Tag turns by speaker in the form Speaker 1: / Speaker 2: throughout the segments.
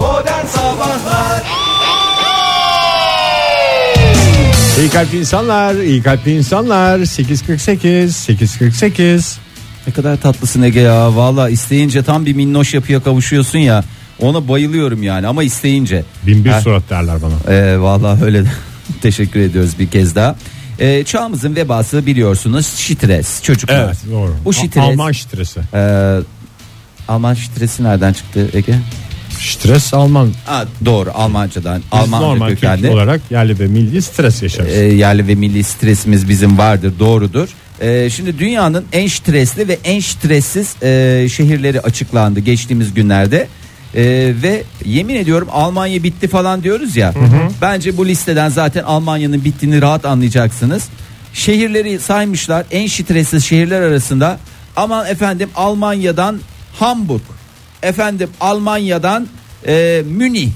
Speaker 1: Modern Sabahlar
Speaker 2: İyi kalpli insanlar, iyi kalpli insanlar. 848, 848.
Speaker 3: Ne kadar tatlısın Ege ya. Valla isteyince tam bir minnoş yapıya kavuşuyorsun ya. Ona bayılıyorum yani ama isteyince.
Speaker 2: Bin bir
Speaker 3: Ha,
Speaker 2: surat derler bana.
Speaker 3: e, Valla öyle de- teşekkür ediyoruz bir kez daha. E, çağımızın vebası biliyorsunuz şitres çocuklar.
Speaker 2: Evet, doğru.
Speaker 3: Bu
Speaker 2: A-
Speaker 3: şitres.
Speaker 2: Alman şitresi.
Speaker 3: e, Alman şitresi nereden çıktı Ege?
Speaker 2: Şitres Alman. Biz
Speaker 3: Aa, doğru Almancadan. Alman
Speaker 2: normal Türk
Speaker 3: kökenli.
Speaker 2: olarak yerli ve milli stres yaşarız.
Speaker 3: E, yerli ve milli stresimiz bizim vardır doğrudur. E, şimdi dünyanın en stresli ve en stressiz e, şehirleri açıklandı geçtiğimiz günlerde. E, ve yemin ediyorum Almanya bitti falan diyoruz ya. Bence bu listeden zaten Almanya'nın bittiğini rahat anlayacaksınız. Şehirleri saymışlar en stressiz şehirler arasında. Aman efendim Almanya'dan Hamburg. Efendim Almanya'dan e, Münih.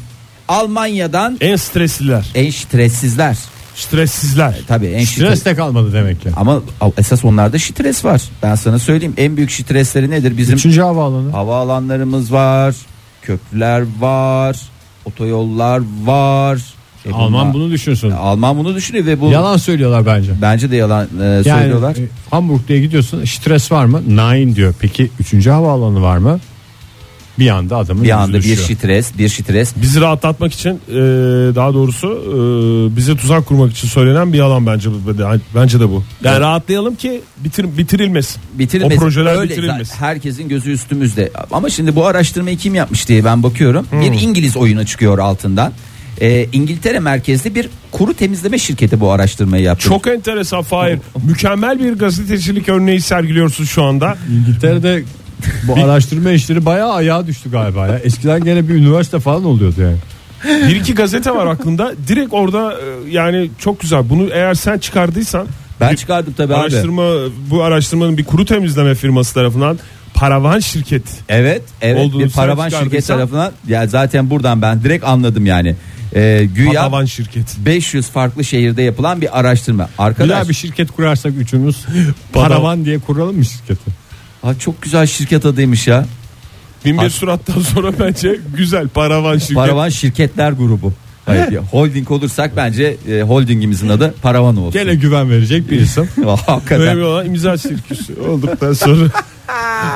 Speaker 3: Almanya'dan
Speaker 4: En stresliler.
Speaker 3: en stressizler.
Speaker 4: Stresssizler.
Speaker 2: E,
Speaker 3: Tabii en
Speaker 2: Stres
Speaker 3: şitres.
Speaker 2: de kalmadı demek ki.
Speaker 3: Ama esas onlarda şitres var. Ben sana söyleyeyim en büyük şitresleri nedir? Bizim
Speaker 2: Üçüncü havaalanı.
Speaker 3: havaalanlarımız var, köprüler var, otoyollar var. E
Speaker 2: Alman
Speaker 3: bunlar-
Speaker 2: bunu düşünsün.
Speaker 3: Alman bunu düşünüyor ve bu
Speaker 2: Yalan söylüyorlar bence.
Speaker 3: bence de yalan e,
Speaker 2: Yani
Speaker 3: söylüyorlar.
Speaker 2: e, Hamburg diye gidiyorsun stres var mı? Nine diyor. Peki üçüncü havaalanı var mı? Bir anda adamın
Speaker 3: Bir
Speaker 2: yüzü
Speaker 3: anda bir
Speaker 2: düşüyor.
Speaker 3: şitres, bir şitres.
Speaker 4: Bizi rahatlatmak için e, daha doğrusu e, bize tuzak kurmak için söylenen bir yalan bence bu. Bence de bu. Yani rahatlayalım ki bitir, bitirilmesin.
Speaker 3: bitirilmesin.
Speaker 4: O projeler
Speaker 3: Öyle
Speaker 4: bitirilmesin.
Speaker 3: zaten Herkesin gözü üstümüzde. Ama şimdi bu araştırmayı kim yapmış diye ben bakıyorum.
Speaker 2: Hmm.
Speaker 3: Bir İngiliz oyunu çıkıyor altından. Ee, İngiltere merkezli bir kuru temizleme şirketi bu araştırmayı yaptı.
Speaker 4: Çok enteresan Fahir. Mükemmel bir gazetecilik örneği sergiliyorsun şu anda.
Speaker 2: İngiltere'de bu araştırma işleri bayağı ayağa düştü galiba ya. Eskiden gene bir üniversite falan oluyordu yani.
Speaker 4: Bir iki gazete var aklımda. Direkt orada e, yani çok güzel. Bunu eğer sen çıkardıysan
Speaker 3: ben çıkardım tabii abi.
Speaker 4: araştırma bu araştırmanın bir kuru temizleme firması tarafından paravan şirketi
Speaker 3: Evet, evet
Speaker 4: Olduğunu
Speaker 3: bir paravan
Speaker 4: sen
Speaker 3: şirket
Speaker 4: çıkardıysan-
Speaker 3: tarafından ya zaten buradan ben direkt anladım yani. Ee, güya
Speaker 4: Paravan şirketi.
Speaker 3: 500 farklı şehirde yapılan bir araştırma. Arkadaş
Speaker 2: Güzel
Speaker 4: şey.
Speaker 2: bir şirket kurarsak üçümüz paravan diye kuralım mı şirketi?
Speaker 3: ha, çok güzel şirket adıymış ya.
Speaker 4: Bin bir
Speaker 3: Ar-
Speaker 4: surattan sonra bence güzel paravan şirketi.
Speaker 3: Paravan şirketler grubu. Hayır, ya, holding olursak bence e, holdingimizin adı Paravan olsun.
Speaker 2: Gene güven verecek bir isim.
Speaker 3: Hakikaten.
Speaker 4: Önemli olan imza sirküsü olduktan sonra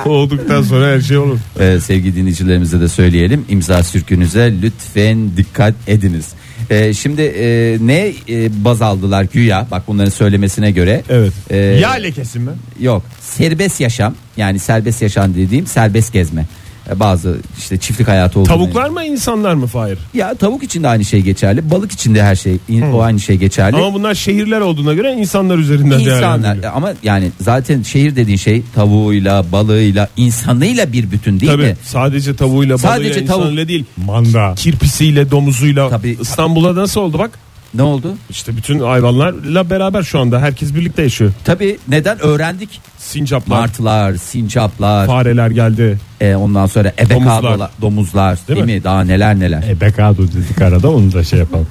Speaker 4: olduktan sonra her şey olur.
Speaker 3: Ee, sevgili dinleyicilerimize de söyleyelim imza sürkünüze lütfen dikkat ediniz. Ee, şimdi e, ne e, baz aldılar güya bak bunların söylemesine göre.
Speaker 4: Evet.
Speaker 3: Ee,
Speaker 2: ya lekesi mi?
Speaker 3: Yok serbest yaşam yani serbest yaşam dediğim serbest gezme. Ee, bazı işte çiftlik hayatı olduğunu.
Speaker 4: Tavuklar mı insanlar mı Fahir?
Speaker 3: Ya tavuk için de aynı şey geçerli balık için de her şey o aynı şey geçerli.
Speaker 4: Ama bunlar şehirler olduğuna göre insanlar üzerinden
Speaker 3: İnsanlar E,
Speaker 4: değerlendiriliyor.
Speaker 3: ama yani zaten şehir dediğin şey tavuğuyla balığıyla insanıyla bir bütün değil
Speaker 4: Tabii
Speaker 3: mi?
Speaker 4: sadece tavuğuyla
Speaker 3: Sadece
Speaker 4: balığıyla
Speaker 3: tavuk.
Speaker 4: insanıyla değil.
Speaker 2: Manda.
Speaker 4: Kirpisiyle domuzuyla
Speaker 3: Tabii.
Speaker 4: İstanbul'a nasıl oldu bak
Speaker 3: Ne oldu?
Speaker 4: işte bütün hayvanlarla beraber şu anda herkes birlikte yaşıyor.
Speaker 3: Tabii neden öğrendik?
Speaker 4: Sincaplar,
Speaker 3: Martılar, sincaplar,
Speaker 4: fareler geldi.
Speaker 3: e, ondan sonra
Speaker 4: Domuzlar.
Speaker 3: ebekadolar, domuzlar değil,
Speaker 4: mi?
Speaker 3: mi? Daha neler neler.
Speaker 2: E bekado dedik arada onu da şey yapalım.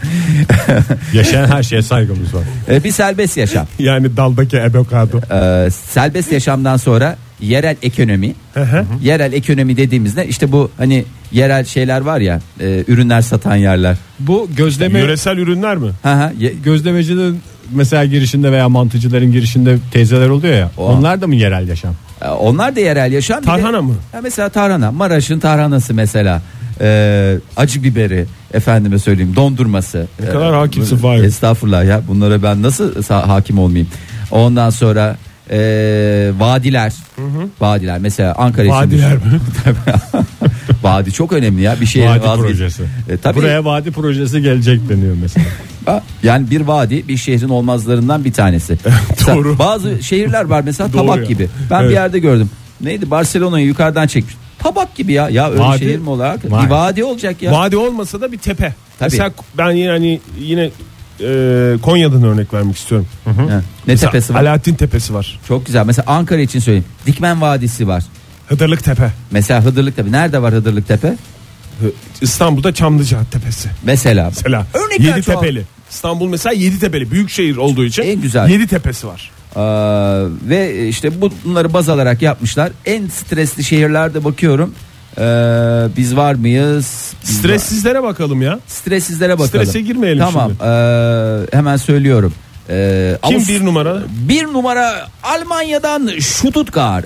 Speaker 2: Yaşayan her şeye saygımız var.
Speaker 3: E, bir serbest yaşam.
Speaker 4: Yani daldaki ebekado.
Speaker 3: E, serbest yaşamdan sonra yerel ekonomi. yerel ekonomi dediğimizde işte bu hani yerel şeyler var ya, e, ürünler satan yerler.
Speaker 2: Bu gözleme
Speaker 4: Yöresel ürünler mi?
Speaker 3: Ha ha. ye-
Speaker 2: gözlemecilerin mesela girişinde veya mantıcıların girişinde teyzeler oluyor ya.
Speaker 3: O.
Speaker 2: Onlar da mı yerel yaşam?
Speaker 3: e, Onlar da yerel yaşam. Bir de-
Speaker 4: Tarhana mı?
Speaker 3: Ya mesela tarhana, Maraş'ın tarhanası mesela. E, acı biberi, efendime söyleyeyim, dondurması.
Speaker 4: Ne kadar hakimsin
Speaker 3: Ay.
Speaker 4: Fahir.
Speaker 3: Estağfurullah ya bunlara ben nasıl sa- hakim olmayayım. Ondan sonra e, vadiler. Vadiler mesela Ankara için.
Speaker 4: Vadiler
Speaker 3: düşün.
Speaker 4: mi?
Speaker 3: Tabii. Vadi çok önemli ya bir şey.
Speaker 2: Vadi projesi.
Speaker 3: E, tabii.
Speaker 2: Buraya vadi projesi gelecek deniyor mesela.
Speaker 3: Ha, Yani bir vadi bir şehrin olmazlarından bir tanesi. Mesela
Speaker 4: Doğru.
Speaker 3: Bazı şehirler var mesela
Speaker 4: Doğru
Speaker 3: tabak
Speaker 4: ya.
Speaker 3: gibi. Ben
Speaker 4: Evet.
Speaker 3: bir yerde gördüm. Neydi Barcelona'yı yukarıdan çekmiş. Tabak gibi ya. Ya öyle
Speaker 2: Vadi.
Speaker 3: şehir mi olarak?
Speaker 2: Vay.
Speaker 3: Bir vadi olacak ya.
Speaker 4: Vadi olmasa da bir tepe.
Speaker 3: Tabii.
Speaker 4: Mesela ben yine hani yine e, Konya'dan örnek vermek istiyorum.
Speaker 3: Ha, Ne
Speaker 4: Mesela
Speaker 3: tepesi var?
Speaker 4: Alaaddin Tepesi var.
Speaker 3: Çok güzel. Mesela Ankara için söyleyeyim. Dikmen Vadisi var.
Speaker 4: Hıdırlık Tepe.
Speaker 3: Mesela Hıdırlık Tepe. Nerede var Hıdırlık Tepe?
Speaker 4: Hı- İstanbul'da Çamlıca Tepesi.
Speaker 3: Mesela.
Speaker 4: Mesela
Speaker 3: Örnekler
Speaker 4: Yedi
Speaker 3: çoğal-
Speaker 4: Tepeli. İstanbul mesela Yedi Tepeli büyük şehir olduğu için
Speaker 3: En güzel.
Speaker 4: Yedi Tepesi var.
Speaker 3: Ee, ve işte bunları baz alarak yapmışlar. En stresli şehirlerde bakıyorum. Ee, biz var mıyız? Biz var-
Speaker 4: Stressizlere bakalım ya.
Speaker 3: Stressizlere bakalım.
Speaker 4: Strese girmeyelim
Speaker 3: Tamam.
Speaker 4: şimdi.
Speaker 3: ee, hemen söylüyorum. Ee,
Speaker 4: Kim
Speaker 3: Avust-
Speaker 4: bir numara?
Speaker 3: Bir numara Almanya'dan Stuttgart.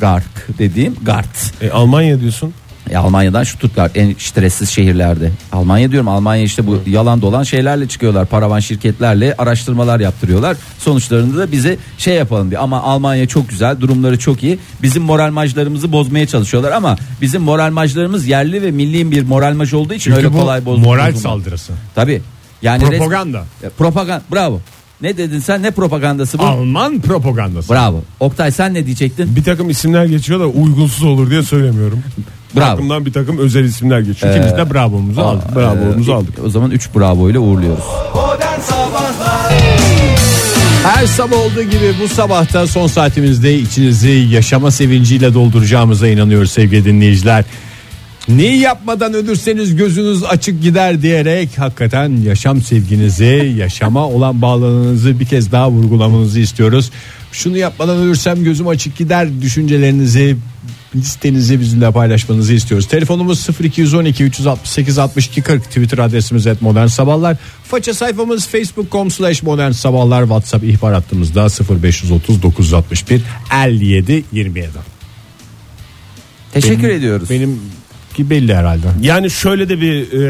Speaker 3: Gark dediğim Gart.
Speaker 4: E, Almanya diyorsun.
Speaker 3: E, Almanya'dan Stuttgart en stressiz şehirlerde. Almanya diyorum Almanya işte bu yalan dolan şeylerle çıkıyorlar. Paravan şirketlerle araştırmalar yaptırıyorlar. Sonuçlarında da bize şey yapalım diye. Ama Almanya çok güzel durumları çok iyi. Bizim moral majlarımızı bozmaya çalışıyorlar ama bizim moral majlarımız yerli ve milli bir moral maj olduğu için
Speaker 2: Çünkü
Speaker 3: öyle
Speaker 2: bu
Speaker 3: kolay bozulmaz.
Speaker 2: moral saldırısı.
Speaker 3: Tabii. Yani res-
Speaker 2: Propaganda.
Speaker 3: E, propaganda. Bravo. Ne dedin sen? Ne propagandası bu?
Speaker 2: Alman propagandası.
Speaker 3: Bravo. Oktay sen ne diyecektin?
Speaker 4: Bir takım isimler geçiyor da uygunsuz olur diye söylemiyorum.
Speaker 3: Bravo.
Speaker 4: Aklımdan bir takım özel isimler geçiyor.
Speaker 2: İkimiz de bravomuzu aldık.
Speaker 3: Aa,
Speaker 4: bravomuzu
Speaker 3: e,
Speaker 4: aldık.
Speaker 3: O zaman 3 bravo ile uğurluyoruz.
Speaker 2: Her sabah olduğu gibi bu sabahta son saatimizde içinizi yaşama sevinciyle dolduracağımıza inanıyoruz sevgili dinleyiciler. Neyi yapmadan ölürseniz gözünüz açık gider diyerek hakikaten yaşam sevginizi, yaşama olan bağlılığınızı bir kez daha vurgulamanızı istiyoruz. Şunu yapmadan ölürsem gözüm açık gider düşüncelerinizi listenizi bizimle paylaşmanızı istiyoruz. Telefonumuz 0212 368 62 40 Twitter adresimiz et modern sabahlar. Faça sayfamız facebook.com slash modern sabahlar WhatsApp ihbar hattımızda 0530 961 57 27.
Speaker 3: Teşekkür ediyoruz.
Speaker 2: Benim ki belli herhalde.
Speaker 4: Yani şöyle de bir e,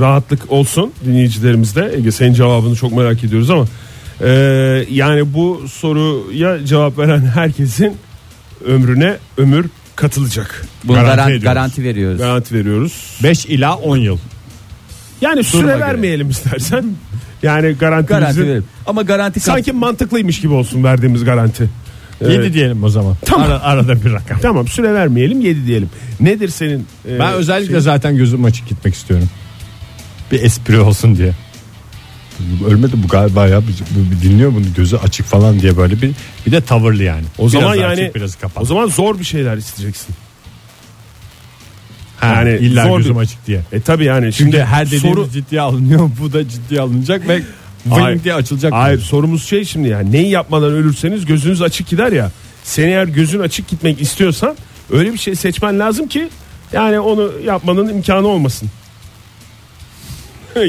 Speaker 4: rahatlık olsun dinleyicilerimizde. Ege senin cevabını çok merak ediyoruz ama e, yani bu soruya cevap veren herkesin ömrüne ömür katılacak.
Speaker 3: Bunu
Speaker 2: Garanti
Speaker 3: garan- garanti,
Speaker 2: ediyoruz.
Speaker 3: veriyoruz.
Speaker 4: Garanti veriyoruz.
Speaker 2: 5 ila 10 yıl.
Speaker 4: Yani süre
Speaker 3: Duruma göre.
Speaker 4: vermeyelim istersen. Yani garantimizi
Speaker 3: Garanti veriyoruz. Ama garanti kat-
Speaker 4: sanki mantıklıymış gibi olsun verdiğimiz garanti.
Speaker 2: 7
Speaker 4: Evet.
Speaker 2: diyelim o zaman.
Speaker 4: Tamam.
Speaker 2: Ara- arada bir rakam.
Speaker 4: Tamam süre vermeyelim 7 diyelim. Nedir senin? e,
Speaker 2: Ben özellikle zaten gözüm açık gitmek istiyorum. Bir espri olsun diye. Ölmedi bu galiba ya. Bu- bu- bu dinliyor bunu gözü açık falan diye böyle bir bir de tavırlı yani.
Speaker 4: O zaman
Speaker 2: Biraz
Speaker 4: yani
Speaker 2: açık, biraz kapalı.
Speaker 4: o zaman zor bir şeyler isteyeceksin.
Speaker 2: Ha,
Speaker 4: yani
Speaker 2: illa
Speaker 4: zor
Speaker 2: gözüm
Speaker 4: bir-
Speaker 2: açık diye.
Speaker 4: E tabi yani şimdi,
Speaker 2: Şimdi her dediğimiz
Speaker 4: soru
Speaker 2: ciddiye alınıyor. Bu da ciddiye alınacak ve
Speaker 4: Hayır.
Speaker 2: ving diye açılacak.
Speaker 4: hayır sorumuz şey şimdi yani neyi yapmadan ölürseniz gözünüz açık gider ya. Sen eğer gözün açık gitmek istiyorsan öyle bir şey seçmen lazım ki yani onu yapmanın imkanı olmasın.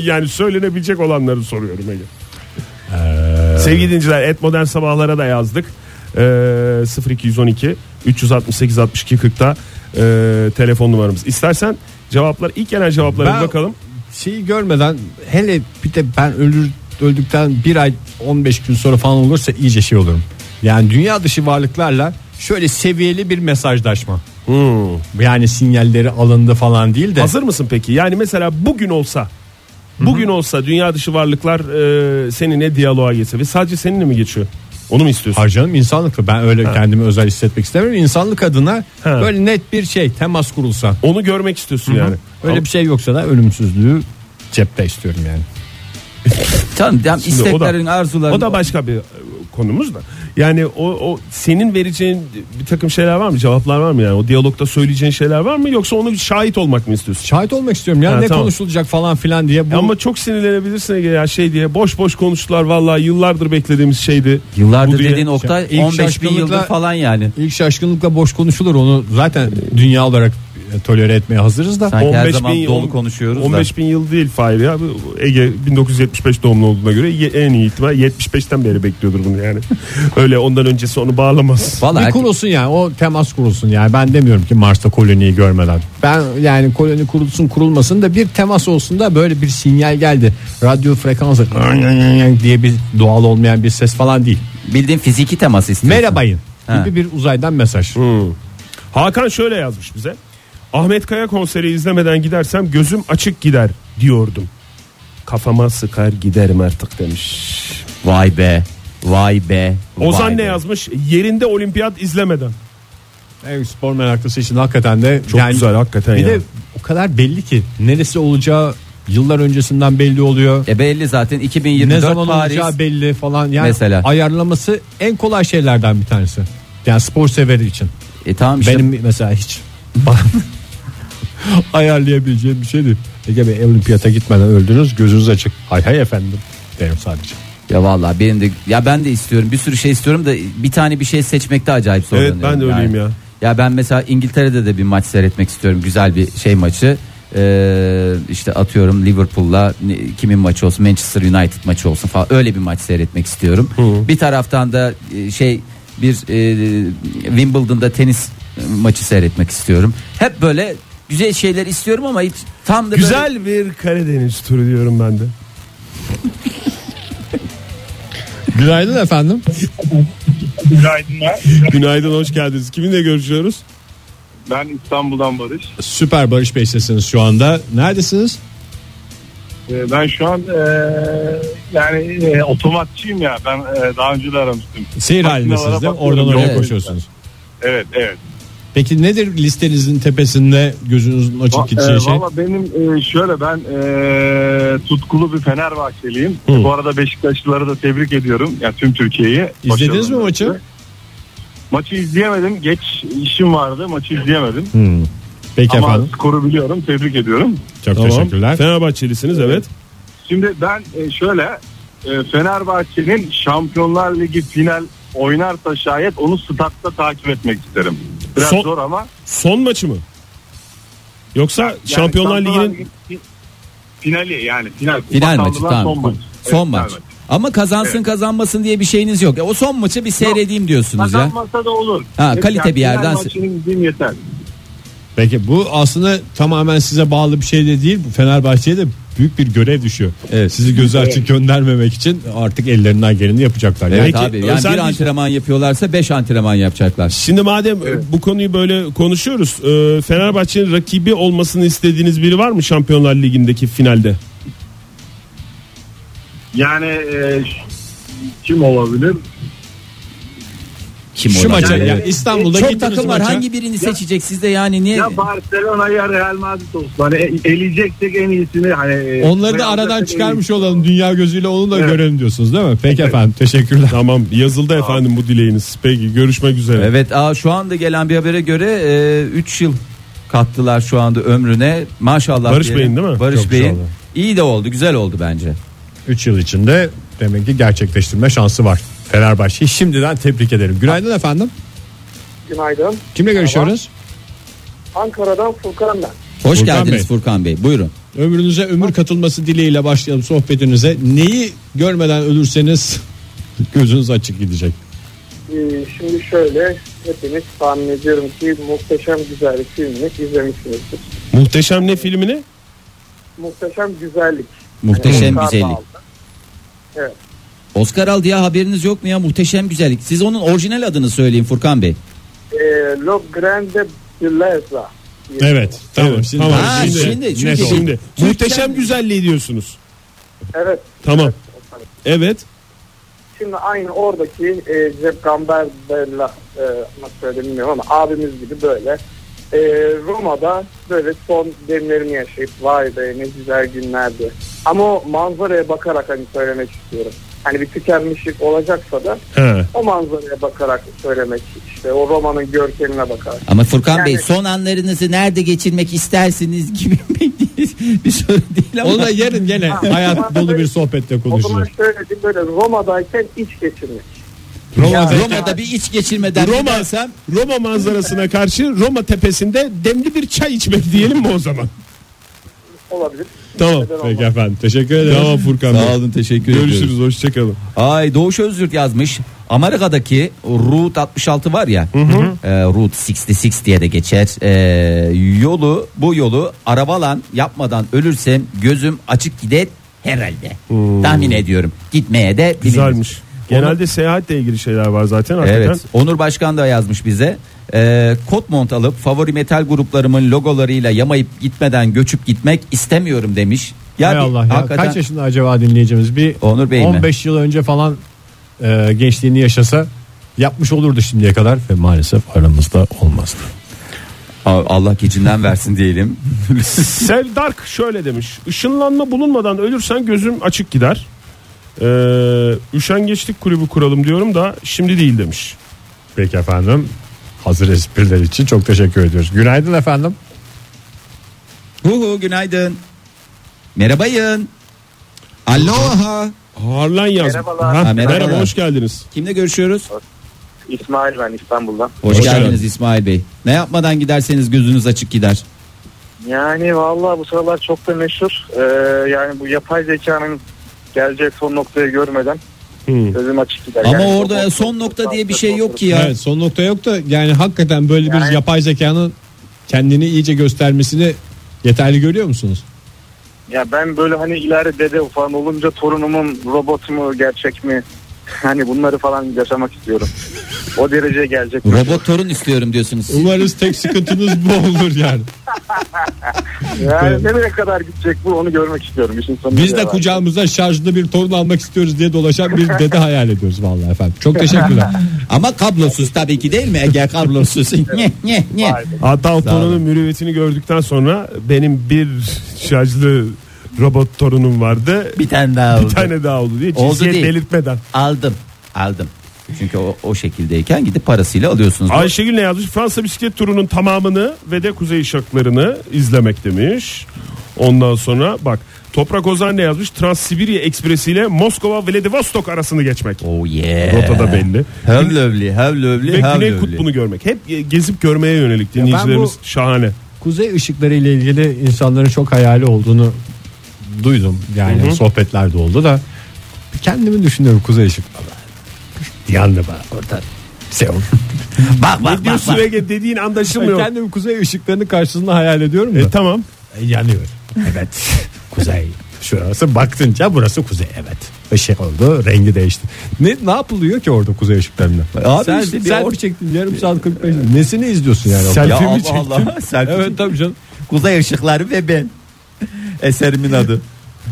Speaker 4: yani söylenebilecek olanları soruyorum Ege. Sevgili dinleyiciler et modern sabahlara da yazdık. Ee, 0212 368 62 40'ta ee, telefon numaramız. İstersen cevaplar ilk gelen cevaplara
Speaker 2: Ben-
Speaker 4: bir bakalım.
Speaker 2: Şeyi görmeden hele bir de ben ölür öldükten bir ay 15 gün sonra falan olursa iyice şey olurum. Yani dünya dışı varlıklarla şöyle seviyeli bir mesajlaşma. Yani sinyalleri alındı falan değil de.
Speaker 4: Hazır mısın peki? Yani mesela bugün olsa bugün olsa dünya dışı varlıklar e, seninle diyaloğa geçse ve sadece seninle mi geçiyor? Onu mu istiyorsun?
Speaker 2: Hayır canım insanlıkla ben öyle kendimi özel hissetmek istemiyorum. İnsanlık adına
Speaker 4: Ha.
Speaker 2: böyle net bir şey temas kurulsa.
Speaker 4: Onu görmek istiyorsun yani.
Speaker 2: Yani öyle bir şey yoksa da ölümsüzlüğü cepte istiyorum yani.
Speaker 3: Tamam, tamam,
Speaker 4: Şimdi o da-
Speaker 3: isteklerin, arzuların.
Speaker 4: O da başka bir e, konumuz da. Yani o, o senin vereceğin bir takım şeyler var mı? Cevaplar var mı yani? O diyalogda söyleyeceğin şeyler var mı? Yoksa onu şahit olmak mı istiyorsun?
Speaker 2: Şahit olmak istiyorum ya
Speaker 4: Ha,
Speaker 2: ne
Speaker 4: tamam.
Speaker 2: konuşulacak falan filan diye. Bu...
Speaker 4: Ama çok sinirlenebilirsin Ege ya şey diye boş boş konuştular vallahi yıllardır beklediğimiz şeydi.
Speaker 3: Yıllardır
Speaker 4: Bu diye-
Speaker 3: dediğin Oktay
Speaker 2: İlk
Speaker 3: 15 bin yıldır
Speaker 2: şaşkınlıkla-
Speaker 3: falan yani.
Speaker 2: İlk şaşkınlıkla boş konuşulur onu zaten dünya olarak e, tolere etmeye hazırız da.
Speaker 3: Sanki her
Speaker 4: 15
Speaker 3: zaman
Speaker 4: bin-
Speaker 3: dolu
Speaker 4: on-
Speaker 3: konuşuyoruz da.
Speaker 4: 15 bin yıl değil Fahir ya. Bu Ege 1975 doğumlu olduğuna göre ye- en iyi ihtimal 75'ten beri bekliyordur bunu yani. Öyle ondan öncesi onu bağlamaz.
Speaker 3: Vallahi
Speaker 2: Bir
Speaker 3: erkek-
Speaker 2: kurulsun yani o temas kurulsun yani ben demiyorum ki Mars'ta koloniyi görmeden. Ben yani koloni kurulsun kurulmasın da bir temas olsun da böyle bir sinyal geldi. Radyo frekansı diye bir doğal olmayan bir ses falan değil.
Speaker 3: bildiğin fiziki temas istiyorsun.
Speaker 2: Merhabayın
Speaker 3: Ha.
Speaker 2: gibi bir uzaydan mesaj.
Speaker 4: Hmm. Hakan şöyle yazmış bize. Ahmet Kaya konseri izlemeden gidersem gözüm açık gider diyordum. Kafama sıkar giderim artık demiş.
Speaker 3: Vay be. Vay be. vay
Speaker 4: Ozan ne
Speaker 3: be.
Speaker 4: yazmış? Yerinde olimpiyat izlemeden.
Speaker 2: Evet, spor meraklısı için hakikaten de
Speaker 4: Çok güzel, hakikaten
Speaker 2: Bir
Speaker 4: ya.
Speaker 2: de o kadar belli ki neresi olacağı yıllar öncesinden belli oluyor.
Speaker 3: E belli zaten 2024
Speaker 2: ne zaman
Speaker 3: Paris.
Speaker 2: olacağı belli falan yani
Speaker 3: Mesela.
Speaker 2: ayarlaması en kolay şeylerden bir tanesi. Yani spor severi için.
Speaker 3: E tamam işte.
Speaker 2: Benim mesela hiç ayarlayabileceğim bir şey değil. Ege Bey olimpiyata gitmeden öldünüz gözünüz açık. Hay hay efendim derim sadece.
Speaker 3: Ya vallahi benim de ya ben de istiyorum. Bir sürü şey istiyorum da bir tane bir şey seçmekte acayip
Speaker 4: Evet
Speaker 3: zorlanıyorum.
Speaker 4: ben de
Speaker 3: yani.
Speaker 4: öyleyim ya.
Speaker 3: Ya ben mesela İngiltere'de de bir maç seyretmek istiyorum. Güzel bir şey maçı. Ee, işte atıyorum Liverpool'la ne- kimin maçı olsun Manchester United maçı olsun falan öyle bir maç seyretmek istiyorum. Bir taraftan da e, şey bir e, Wimbledon'da tenis e, maçı seyretmek istiyorum. Hep böyle güzel şeyler istiyorum ama hiç tam da böyle-
Speaker 4: Güzel bir Karadeniz turu diyorum ben de.
Speaker 2: Günaydın efendim.
Speaker 1: Günaydınlar.
Speaker 4: Günaydın hoş geldiniz. Kiminle görüşüyoruz?
Speaker 1: Ben İstanbul'dan Barış.
Speaker 2: Süper Barış Bey'sesiniz şu anda. Neredesiniz?
Speaker 1: Ee, Ben şu an eee, yani eee, otomatçıyım ya. Ben eee, daha önce de aramıştım.
Speaker 2: Seyir halindesiniz de
Speaker 1: bakıyorum,
Speaker 2: oradan oraya
Speaker 1: yok.
Speaker 2: koşuyorsunuz.
Speaker 1: Evet evet.
Speaker 2: Peki nedir listenizin tepesinde gözünüzün açık gideceği şey?
Speaker 1: ee, Valla benim eee, şöyle ben eee, tutkulu bir Fenerbahçeliyim.
Speaker 2: Hı.
Speaker 1: Bu arada Beşiktaşlıları da tebrik ediyorum. Ya tüm Türkiye'yi.
Speaker 2: İzlediniz mi
Speaker 1: Başarılarınızı.
Speaker 2: maçı?
Speaker 1: Maçı izleyemedim. Geç işim vardı. Maçı izleyemedim.
Speaker 2: Hmm. Peki
Speaker 1: Ama
Speaker 2: efendim.
Speaker 1: skoru biliyorum. Tebrik ediyorum.
Speaker 2: Çok teşekkürler.
Speaker 4: Fenerbahçelisiniz evet.
Speaker 1: Şimdi ben e, şöyle e, Fenerbahçe'nin Şampiyonlar Ligi final oynarsa şayet onu statta takip etmek isterim. Biraz
Speaker 4: Son-
Speaker 1: zor ama. yani
Speaker 4: Son maçı mı? Yoksa Şampiyonlar Ligi'nin
Speaker 1: Ligi finali yani final. Kupa
Speaker 3: Final maçı
Speaker 1: kaldılar,
Speaker 3: tamam.
Speaker 1: Son maç.
Speaker 3: Son
Speaker 1: Evet,
Speaker 3: maç.
Speaker 1: final maç.
Speaker 3: Ama kazansın
Speaker 1: Evet.
Speaker 3: kazanmasın diye bir şeyiniz yok. Ya O son maçı bir seyredeyim diyorsunuz ya.
Speaker 1: Kazanmasa da olur.
Speaker 3: Ha, kalite bir
Speaker 1: final
Speaker 3: yerden-
Speaker 1: maçını izleyeyim yeter.
Speaker 2: Peki bu aslında tamamen size bağlı bir şey de değil. Fenerbahçe'ye de büyük bir görev düşüyor.
Speaker 3: Evet.
Speaker 2: Sizi gözü açık göndermemek için artık ellerinden geleni yapacaklar.
Speaker 3: Evet
Speaker 2: Peki,
Speaker 3: abi yani
Speaker 4: özel
Speaker 3: bir
Speaker 4: bir-
Speaker 3: antrenman yapıyorlarsa 5 antrenman yapacaklar.
Speaker 4: Şimdi madem e, bu konuyu böyle konuşuyoruz, e, Fenerbahçe'nin rakibi olmasını istediğiniz biri var mı Şampiyonlar Ligi'ndeki finalde?
Speaker 1: Yani e, ş- kim olabilir?
Speaker 3: Kim
Speaker 2: Şu maça
Speaker 1: Yani-
Speaker 2: yani İstanbul'da
Speaker 3: Çok
Speaker 2: gittiniz
Speaker 3: takım var.
Speaker 2: maça.
Speaker 3: Hangi birini seçeceksiniz de yani niye?
Speaker 1: Ya Barcelona ya Real Madrid olsun. Hani e- eleyeceksek en iyisini hani e,
Speaker 2: Onları da
Speaker 1: Real
Speaker 2: aradan
Speaker 1: Madrid'e
Speaker 2: çıkarmış olalım dünya gözüyle onu da
Speaker 1: Evet.
Speaker 2: görelim diyorsunuz değil mi? Peki efendim teşekkürler.
Speaker 4: Tamam yazıldı efendim bu dileğiniz. Peki görüşmek üzere.
Speaker 3: Evet aa, şu anda gelen bir habere göre 3 yıl kattılar şu anda ömrüne. Maşallah.
Speaker 4: Barış
Speaker 3: diyelim.
Speaker 4: Bey'in değil mi?
Speaker 3: Barış
Speaker 2: Çok
Speaker 3: Bey'in.
Speaker 2: güzel oldu.
Speaker 3: İyi de oldu güzel oldu bence.
Speaker 2: 3 yıl içinde demek ki gerçekleştirme şansı var. Fenerbahçe'yi şimdiden tebrik ederim. Günaydın efendim.
Speaker 5: Günaydın.
Speaker 2: Kimle görüşüyoruz?
Speaker 5: Ankara'dan Furkan ben.
Speaker 3: Hoş
Speaker 2: Furkan
Speaker 3: geldiniz
Speaker 2: Bey.
Speaker 3: Furkan Bey. Buyurun.
Speaker 2: Ömrünüze ömür katılması dileğiyle başlayalım sohbetinize. Neyi görmeden ölürseniz gözünüz açık gidecek.
Speaker 5: Ee, şimdi şöyle hepiniz tahmin ediyorum ki muhteşem güzellik filmini izlemişsinizdir.
Speaker 4: Muhteşem ne filmini?
Speaker 5: Muhteşem güzellik. Ee,
Speaker 3: Muhteşem
Speaker 5: Oscar da
Speaker 3: güzellik.
Speaker 5: aldı.
Speaker 3: Oscar aldı ya haberiniz yok mu ya muhteşem güzellik. Siz onun orijinal adını söyleyin Furkan Bey.
Speaker 5: Ee, Lo Grande Bellezza.
Speaker 2: Evet. Tamam.
Speaker 4: Evet,
Speaker 2: şimdi-
Speaker 4: tamam.
Speaker 3: Ha, şimdi,
Speaker 4: net
Speaker 3: çünkü-
Speaker 4: oldu. Şimdi.
Speaker 3: Türkçen-
Speaker 4: Muhteşem güzelliği diyorsunuz.
Speaker 5: Evet.
Speaker 4: Tamam. Evet.
Speaker 5: Şimdi aynı oradaki e, Cep Gamberberla e, nasıl söyleyeyim bilmiyorum ama abimiz gibi böyle e, Roma'da böyle son demlerini yaşayıp vay be ne güzel günlerdi. Ama o manzaraya bakarak hani söylemek istiyorum. Hani bir tükenmişlik olacaksa da
Speaker 4: He.
Speaker 5: o manzaraya bakarak söylemek işte o Roma'nın görkemine bakarak.
Speaker 3: Ama Furkan
Speaker 5: Yani-
Speaker 3: Bey son anlarınızı nerede geçirmek istersiniz gibi bir soru değil ama.
Speaker 2: Onu da yarın gene hayat dolu bir sohbette
Speaker 5: O zaman
Speaker 2: konuşacağız.
Speaker 5: şöyle diyeyim, böyle Roma'dayken iç geçirmek.
Speaker 3: Roma'da,
Speaker 2: Roma'da
Speaker 3: bir iç geçirmeden
Speaker 4: Roma-
Speaker 3: gidersem
Speaker 4: Roma manzarasına karşı Roma tepesinde demli bir çay içmek diyelim mi o zaman?
Speaker 5: olabilir.
Speaker 4: Tamam.
Speaker 5: Neden olmaz?
Speaker 2: Peki efendim teşekkür ederim.
Speaker 4: Tamam Furkan Bey.
Speaker 3: Sağ olun teşekkür ediyoruz.
Speaker 4: Görüşürüz hoşçakalın.
Speaker 3: Ay Doğuş Özgürt yazmış. Amerika'daki Route 66 var ya. e, Route 66 diye de geçer. E, yolu bu yolu arabalan yapmadan ölürsem gözüm açık gider herhalde. Tahmin ediyorum. Gitmeye de
Speaker 4: Güzelmiş.
Speaker 3: Genelde
Speaker 4: Genelde seyahatle ilgili şeyler var zaten. Hakikaten.
Speaker 3: Evet. Onur Başkan da yazmış bize. Ee, kot mont alıp favori metal gruplarımın logolarıyla yamayıp gitmeden göçüp gitmek istemiyorum demiş. Ya
Speaker 2: Hay
Speaker 3: bir-
Speaker 2: Allah ya.
Speaker 3: hakikaten-
Speaker 2: Kaç yaşında acaba dinleyicimiz? Bir
Speaker 3: Onur Bey mi?
Speaker 2: 15 yıl önce falan e, gençliğini yaşasa yapmış olurdu şimdiye kadar ve maalesef aramızda olmazdı.
Speaker 3: Aa, Allah gecinden versin diyelim.
Speaker 4: Sevdark şöyle demiş. Işınlanma bulunmadan ölürsen gözüm açık gider. Ee, üşengeçlik kulübü kuralım diyorum da şimdi değil demiş.
Speaker 2: Peki efendim. Hazır espriler için çok teşekkür ediyoruz. Günaydın efendim.
Speaker 3: hu hu günaydın. Merhabayın. Aloha.
Speaker 4: Harlan yaz.
Speaker 5: Merhabalar.
Speaker 4: Ha,
Speaker 3: Ha, merhabalar.
Speaker 4: merhaba hoş geldiniz.
Speaker 3: Kimle görüşüyoruz?
Speaker 5: İsmail ben İstanbul'dan.
Speaker 3: Hoş,
Speaker 4: Hoş
Speaker 3: geldiniz
Speaker 4: geldin.
Speaker 3: İsmail Bey. Ne yapmadan giderseniz gözünüz açık gider.
Speaker 5: Yani vallahi bu sıralar çok da meşhur. Ee, yani bu yapay zekanın gelecek son noktayı görmeden
Speaker 4: Hmm.
Speaker 5: gözüm açık gider.
Speaker 3: Ama
Speaker 5: Yani
Speaker 3: orada
Speaker 5: robot-
Speaker 3: son nokta diye bir şey yok ki ya.
Speaker 2: Evet son nokta yok da yani hakikaten böyle bir
Speaker 5: Yani-
Speaker 2: yapay zekanın kendini iyice göstermesini yeterli görüyor musunuz?
Speaker 5: Ya ben böyle hani ileride dede falan olunca torunumun robot mu gerçek mi? Hani bunları falan yaşamak istiyorum. O dereceye gelecek.
Speaker 3: Robot torun istiyorum diyorsunuz.
Speaker 2: Umarız tek sıkıntınız bu olur yani.
Speaker 5: Yani nereye kadar gidecek bu onu görmek istiyorum. İşin sonunda
Speaker 2: Biz de
Speaker 5: var.
Speaker 2: kucağımıza şarjlı bir torun almak istiyoruz diye dolaşan bir dede hayal ediyoruz vallahi efendim. Çok teşekkürler.
Speaker 3: Ama kablosuz tabii ki değil mi? Ege kablosuz. ne ne ne.
Speaker 5: Vay be.
Speaker 4: Hatta o torunun mürüvvetini gördükten sonra benim bir şarjlı robot torunum vardı.
Speaker 3: Bir tane daha
Speaker 4: Bir tane daha oldu diye
Speaker 3: Oldu
Speaker 4: cinsiyet
Speaker 3: değil.
Speaker 4: belirtmeden.
Speaker 3: Aldım. Aldım. Çünkü o, o şekildeyken gidip parasıyla alıyorsunuz.
Speaker 4: Ayşegül ne yazmış? Fransa bisiklet turunun tamamını ve de kuzey ışıklarını izlemek demiş. Ondan sonra bak Toprak Ozan ne yazmış? Transsibirya Ekspresi ile Moskova Vladivostok arasını geçmek.
Speaker 3: Oh yeah.
Speaker 4: Rotada belli.
Speaker 3: Hem lövli hem
Speaker 4: Ve
Speaker 3: lövli hem
Speaker 4: Güney
Speaker 3: lövli.
Speaker 4: Kutbu'nu görmek. Hep e, gezip görmeye yönelik dinleyicilerimiz şahane.
Speaker 2: Kuzey ışıkları ile ilgili insanların çok hayali olduğunu duydum. Yani sohbetlerde oldu da kendimi düşünüyorum kuzey ışıkları. Yandı bana orada. Seul.
Speaker 3: Bak bak bak.
Speaker 4: Diyorsun
Speaker 3: bak.
Speaker 4: Ege dediğin anlaşılmıyor.
Speaker 2: Kendimi kuzey ışıklarının karşısında hayal ediyorum da.
Speaker 4: E, tamam.
Speaker 2: E, yanıyor. Evet. kuzey. Şurası baktınca burası kuzey evet. Işık oldu rengi değişti. Ne ne yapılıyor ki orada kuzey ışıklarında?
Speaker 3: Abi
Speaker 2: sen,
Speaker 3: işte bir
Speaker 2: selfie
Speaker 3: or-
Speaker 2: çektin yarım saat 45 Nesini izliyorsun yani? orada?
Speaker 3: Ya
Speaker 4: Selfie mi
Speaker 3: Allah
Speaker 4: çektin?
Speaker 3: Allah. Selfie
Speaker 2: Evet tabii canım.
Speaker 3: Kuzey ışıkları ve ben. Eserimin adı.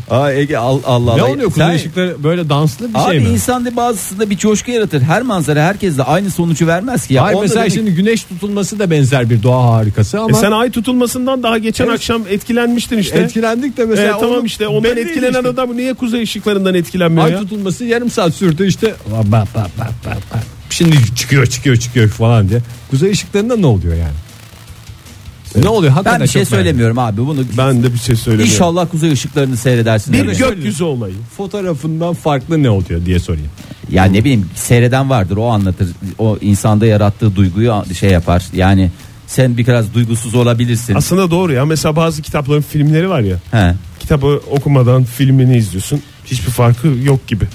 Speaker 3: Aa Ege al, Allah
Speaker 2: Ne
Speaker 3: Allah.
Speaker 2: oluyor kuzey
Speaker 3: Sen-
Speaker 2: ışıkları böyle danslı bir
Speaker 3: Abi
Speaker 2: şey mi?
Speaker 3: insanda bazısında bir coşku yaratır. Her manzara herkes de aynı sonucu vermez ki. Ya.
Speaker 2: Hayır
Speaker 3: Onda
Speaker 2: mesela
Speaker 3: demek-
Speaker 2: şimdi güneş tutulması da benzer bir doğa harikası ama
Speaker 4: E sen ay tutulmasından daha geçen akşam etkilenmiştin işte.
Speaker 2: etkilendik de mesela
Speaker 4: E, tamam
Speaker 2: onun
Speaker 4: işte ondan
Speaker 2: belliydi
Speaker 4: etkilenen
Speaker 2: işte.
Speaker 4: adam niye kuzey ışıklarından etkilenmiyor
Speaker 2: Ay
Speaker 4: ya?
Speaker 2: tutulması yarım saat sürdü işte. Bak, bak, bak, bak, bak. Şimdi çıkıyor çıkıyor çıkıyor falan diye. Kuzey ışıklarında ne oluyor yani? Ne oluyor? Hakikaten
Speaker 3: ben bir şey
Speaker 2: çok merak ediyorum.
Speaker 3: söylemiyorum abi. Bunu
Speaker 4: Ben de bir şey söylemiyorum.
Speaker 3: İnşallah kuzey ışıklarını seyredersin.
Speaker 4: Bir
Speaker 3: Ege.
Speaker 4: gökyüzü olayı.
Speaker 2: Fotoğrafından farklı ne oluyor diye sorayım.
Speaker 3: Ya ne bileyim seyreden vardır o anlatır. O insanda yarattığı duyguyu a- şey yapar. Yani sen biraz duygusuz olabilirsin.
Speaker 4: Aslında doğru ya. Mesela bazı kitapların filmleri var ya.
Speaker 3: He.
Speaker 4: Kitabı okumadan filmini izliyorsun. Hiçbir farkı yok gibi.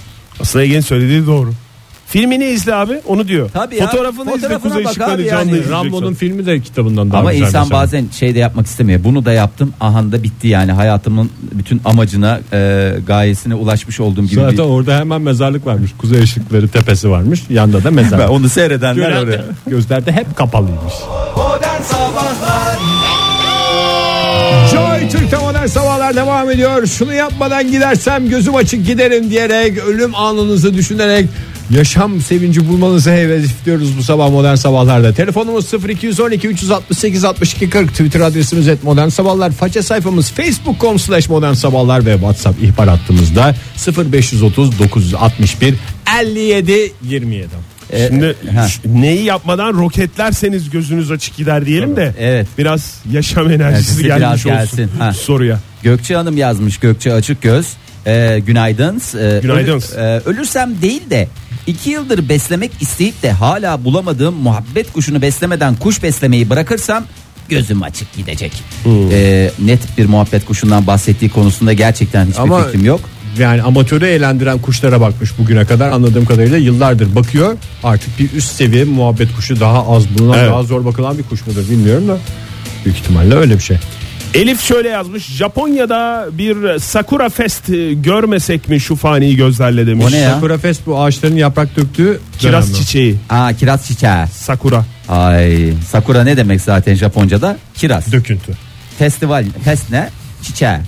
Speaker 4: Aslında Ege'nin söylediği doğru. Filmini izle abi onu diyor.
Speaker 3: Tabii ya.
Speaker 4: Fotoğrafını izle
Speaker 3: Fotoğrafına
Speaker 4: kuzey
Speaker 3: bak
Speaker 4: ışıklarını
Speaker 3: abi
Speaker 4: canlı
Speaker 3: yani.
Speaker 4: izleyeceksin.
Speaker 2: Rambo'nun filmi de kitabından daha
Speaker 3: Ama
Speaker 2: güzel
Speaker 3: insan
Speaker 2: mesela.
Speaker 3: bazen şey de yapmak istemiyor. Bunu da yaptım. Ahanda bitti yani. Hayatımın bütün amacına, e, gayesine ulaşmış olduğum gibi.
Speaker 2: Zaten
Speaker 3: bir-
Speaker 2: orada hemen mezarlık varmış. Kuzey ışıkları tepesi varmış. Yanda da
Speaker 3: Ben
Speaker 2: mezarlık.
Speaker 3: onu seyredenler
Speaker 2: Gören de-
Speaker 3: oraya.
Speaker 2: Gözlerde hep kapalıymış. Joy Türk'te modern sabahlar devam ediyor. Şunu yapmadan gidersem gözüm açık giderim diyerek ölüm anınızı düşünerek yaşam sevinci bulmanızı hedefliyoruz bu sabah modern sabahlarda. Telefonumuz 0212 368 62 40 Twitter adresimiz et modern sabahlar. Faça sayfamız facebook.com slash modern sabahlar ve whatsapp ihbar hattımızda 0530 961 57 27.
Speaker 4: Şimdi
Speaker 3: E, ha.
Speaker 4: ş- neyi yapmadan roketlerseniz gözünüz açık gider diyelim de.
Speaker 3: Evet.
Speaker 4: Biraz yaşam enerjisi
Speaker 3: Enerjisi
Speaker 4: gelmiş
Speaker 3: biraz
Speaker 4: olsun.
Speaker 3: gelsin. Ha.
Speaker 4: Soruya.
Speaker 3: Gökçe Hanım yazmış Gökçe Açık Göz. Ee, günaydın. Ee,
Speaker 4: Günaydın.
Speaker 3: ölü- e, ölürsem değil de iki yıldır beslemek isteyip de hala bulamadığım muhabbet kuşunu beslemeden kuş beslemeyi bırakırsam gözüm açık gidecek.
Speaker 2: Hmm.
Speaker 3: Ee, net bir muhabbet kuşundan bahsettiği konusunda gerçekten hiçbir
Speaker 2: Ama-
Speaker 3: fikrim yok.
Speaker 2: Yani amatörü eğlendiren kuşlara bakmış bugüne kadar anladığım kadarıyla yıllardır bakıyor. Artık bir üst seviye muhabbet kuşu daha az bulunan
Speaker 4: Evet.
Speaker 2: daha zor bakılan bir kuş mudur bilmiyorum da büyük ihtimalle öyle bir şey.
Speaker 4: Elif şöyle yazmış. Japonya'da bir Sakura Fest e, görmesek mi şu fani gözlerle demiş.
Speaker 3: O ne ya?
Speaker 2: Sakura Fest bu ağaçların yaprak döktüğü
Speaker 4: Kiraz
Speaker 2: dönem mi?
Speaker 4: çiçeği.
Speaker 3: Aa kiraz çiçeği.
Speaker 4: Sakura.
Speaker 3: Ay sakura ne demek zaten Japonca'da? Kiraz.
Speaker 2: döküntü.
Speaker 3: Festival. Fest ne? Çiçeği.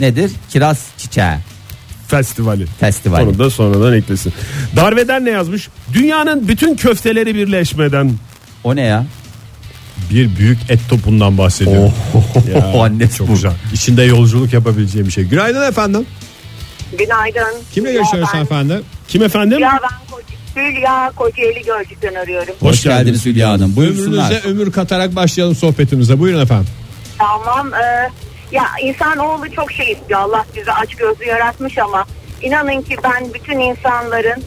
Speaker 3: Nedir? Kiraz çiçeği.
Speaker 4: Festivali.
Speaker 3: Festivali.
Speaker 4: Onu da sonradan eklesin. Darveder ne yazmış? Dünyanın bütün köfteleri birleşmeden.
Speaker 3: O ne ya?
Speaker 2: Bir büyük et topundan bahsediyorum.
Speaker 4: Oh.
Speaker 3: O anne
Speaker 2: Çok güzel. İçinde yolculuk yapabileceğim bir şey. Günaydın efendim.
Speaker 6: Günaydın.
Speaker 2: Kimle
Speaker 6: Hülya
Speaker 2: görüşüyoruz
Speaker 6: ben-
Speaker 2: efendim?
Speaker 4: Kim efendim?
Speaker 6: Hülya ben Koca, Hülya Kocaeli Gölcük'ten arıyorum.
Speaker 3: Hoş, geldiniz Hülya Hanım. Buyursunlar.
Speaker 2: Ömrünüze ömür katarak başlayalım sohbetimize. Buyurun efendim.
Speaker 6: Tamam. e, ya insan oğlu çok şey istiyor. Allah bizi aç gözlü yaratmış ama inanın ki ben bütün insanların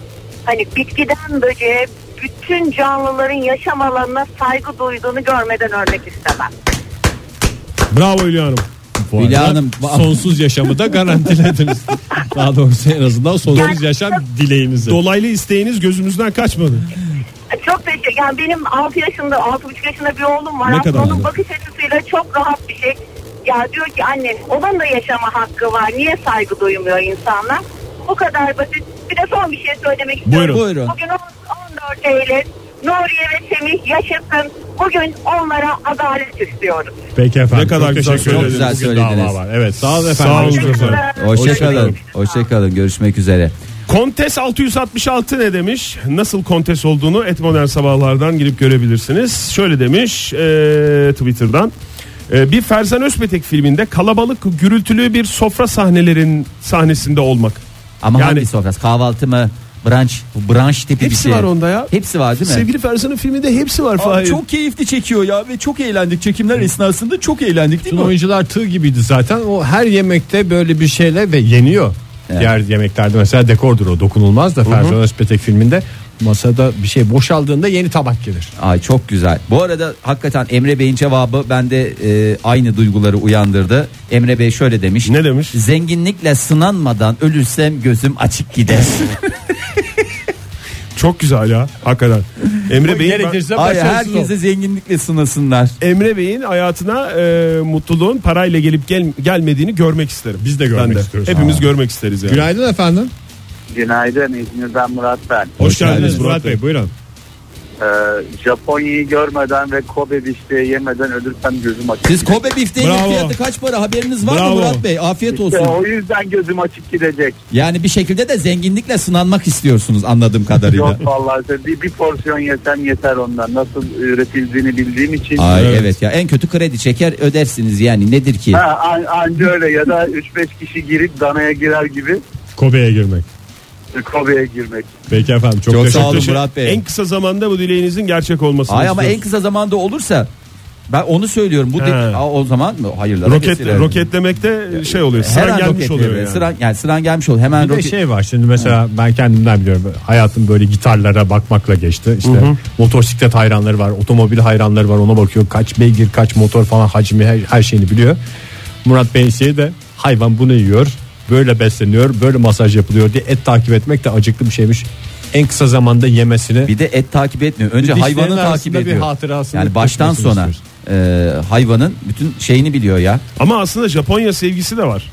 Speaker 6: hani bitkiden böceğe
Speaker 7: bütün canlıların yaşam alanına saygı duyduğunu görmeden ölmek istemem.
Speaker 4: Bravo Hülya Hanım.
Speaker 2: Bu
Speaker 3: Hülya
Speaker 2: arada
Speaker 3: Hanım, bu-
Speaker 2: sonsuz yaşamı da garantilediniz. Daha doğrusu en azından sonsuz yaşam dileğinizi.
Speaker 4: Dolaylı isteğiniz gözümüzden kaçmadı.
Speaker 7: Çok teşekkür Yani benim 6 yaşında, 6,5 yaşında bir oğlum var.
Speaker 2: Ne
Speaker 7: Aslında
Speaker 2: kadar güzel.
Speaker 7: onun bakış açısıyla çok rahat bir şey. Ya diyor ki anne onun da yaşama hakkı var. Niye saygı duymuyor insanlar? Bu kadar basit. Bir de son bir şey söylemek istiyorum.
Speaker 3: Buyurun. Buyurun.
Speaker 7: Bugün on- 14 Eylül. Nuriye ve Semih yaşasın. Bugün onlara adalet istiyoruz.
Speaker 2: Peki efendim.
Speaker 4: Ne kadar
Speaker 2: Çok
Speaker 4: güzel
Speaker 2: teşekkür
Speaker 4: söylediniz.
Speaker 2: ederim.
Speaker 3: Çok güzel
Speaker 2: Bugün dava
Speaker 3: söylediniz.
Speaker 2: var. Evet sağ olun efendim.
Speaker 4: Sağ olun
Speaker 2: Hoşçakalın.
Speaker 4: efendim.
Speaker 3: Hoşçakalın. Hoşçakalın. Görüşmek üzere.
Speaker 4: Kontes 666 ne demiş? Nasıl kontes olduğunu et modern sabahlardan girip görebilirsiniz. Şöyle demiş eee, Twitter'dan. Eee, bir Ferzan Özpetek filminde kalabalık gürültülü bir sofra sahnelerin sahnesinde olmak.
Speaker 3: Ama
Speaker 4: Yani-
Speaker 3: hangi sofrası? Kahvaltı mı? Brunch, brunch tipi bir
Speaker 4: Hepsi
Speaker 3: şey.
Speaker 4: var onda ya.
Speaker 3: Hepsi var değil mi?
Speaker 4: Sevgili Ferzan'ın filminde hepsi var
Speaker 3: Abi
Speaker 4: Fahir.
Speaker 3: çok keyifli çekiyor ya ve çok eğlendik çekimler esnasında çok eğlendik değil
Speaker 2: Bütün
Speaker 3: mi?
Speaker 2: oyuncular tığ gibiydi zaten. O her yemekte böyle bir şeyle ve yeniyor. Diğer yemeklerde mesela dekordur o dokunulmaz da Ferzan Özpetek filminde masada bir şey boşaldığında yeni tabak gelir.
Speaker 3: Ay çok güzel. Bu arada hakikaten Emre Bey'in cevabı bende e, aynı duyguları uyandırdı. Emre Bey şöyle demiş.
Speaker 4: Ne demiş?
Speaker 3: Zenginlikle sınanmadan ölürsem gözüm açık gider.
Speaker 4: Çok güzel ya hakikaten. Emre Bey'in
Speaker 2: Gerekirse
Speaker 3: Ay
Speaker 2: başarısız ol.
Speaker 3: herkese zenginlikle sınasınlar.
Speaker 4: Emre Bey'in hayatına e, mutluluğun parayla gelip gel- gelmediğini görmek isterim.
Speaker 2: Biz de görmek
Speaker 4: Ben
Speaker 2: istiyoruz.
Speaker 4: Hepimiz görmek isteriz yani.
Speaker 2: Günaydın efendim.
Speaker 5: Günaydın İzmir'den Murat ben.
Speaker 2: Hoş geldiniz Murat Bey buyurun.
Speaker 5: Ee, Japonya'yı görmeden ve Kobe bifteği yemeden ölürsem gözüm açık.
Speaker 3: Siz Kobe bifteğin
Speaker 4: Bravo.
Speaker 3: fiyatı kaç para haberiniz var
Speaker 4: Bravo.
Speaker 3: mı Murat Bey? Afiyet
Speaker 5: İşte
Speaker 3: olsun.
Speaker 5: o yüzden gözüm açık gidecek.
Speaker 3: Yani bir şekilde de zenginlikle sınanmak istiyorsunuz anladığım kadarıyla.
Speaker 5: Yok vallahi size bir, bir porsiyon yesem yeter ondan. Nasıl üretildiğini bildiğim için.
Speaker 3: Ay
Speaker 4: Evet.
Speaker 3: evet. ya en kötü kredi çeker ödersiniz yani nedir ki?
Speaker 5: Ha, an- anca öyle ya da 3-5 kişi girip danaya girer gibi
Speaker 2: Kobe'ye girmek.
Speaker 5: Kobe'ye girmek.
Speaker 2: Peki efendim çok,
Speaker 3: Çok sağ
Speaker 2: teşekkür
Speaker 3: olun
Speaker 2: ederim.
Speaker 3: Murat Bey.
Speaker 4: En kısa zamanda bu dileğinizin gerçek olmasını
Speaker 3: Ay ama en
Speaker 4: istiyoruz.
Speaker 3: kısa zamanda olursa ben onu söylüyorum. Bu de-
Speaker 4: He.
Speaker 3: Aa, o zaman mı? Hayırlara
Speaker 4: Roket,
Speaker 3: vesileler.
Speaker 4: roketlemekte şey oluyor.
Speaker 3: Her
Speaker 4: Sıra
Speaker 3: an
Speaker 4: gelmiş
Speaker 3: roket
Speaker 4: oluyor
Speaker 3: veriyor.
Speaker 4: yani.
Speaker 3: Sıran, yani sıran gelmiş oluyor. Hemen
Speaker 2: Bir de
Speaker 3: roket.
Speaker 2: şey var şimdi mesela ben kendimden biliyorum hayatım böyle gitarlara bakmakla geçti işte motosiklet hayranları var otomobil hayranları var ona bakıyor kaç beygir kaç motor falan hacmi her, her şeyini biliyor Murat Bey'in şeyi de hayvan bunu yiyor böyle besleniyor böyle masaj yapılıyor diye et takip etmek de acıklı bir şeymiş en kısa zamanda yemesini
Speaker 3: Bir de et takip etmiyor. Önce
Speaker 2: Bir de
Speaker 3: hayvanı
Speaker 2: dişlerin
Speaker 3: takip
Speaker 2: arasında bir
Speaker 3: ediyor.
Speaker 2: hatırasını
Speaker 3: yani baştan
Speaker 2: tutmasını
Speaker 3: sona e, hayvanın bütün şeyini biliyor ya.
Speaker 4: Ama aslında Japonya sevgisi de var.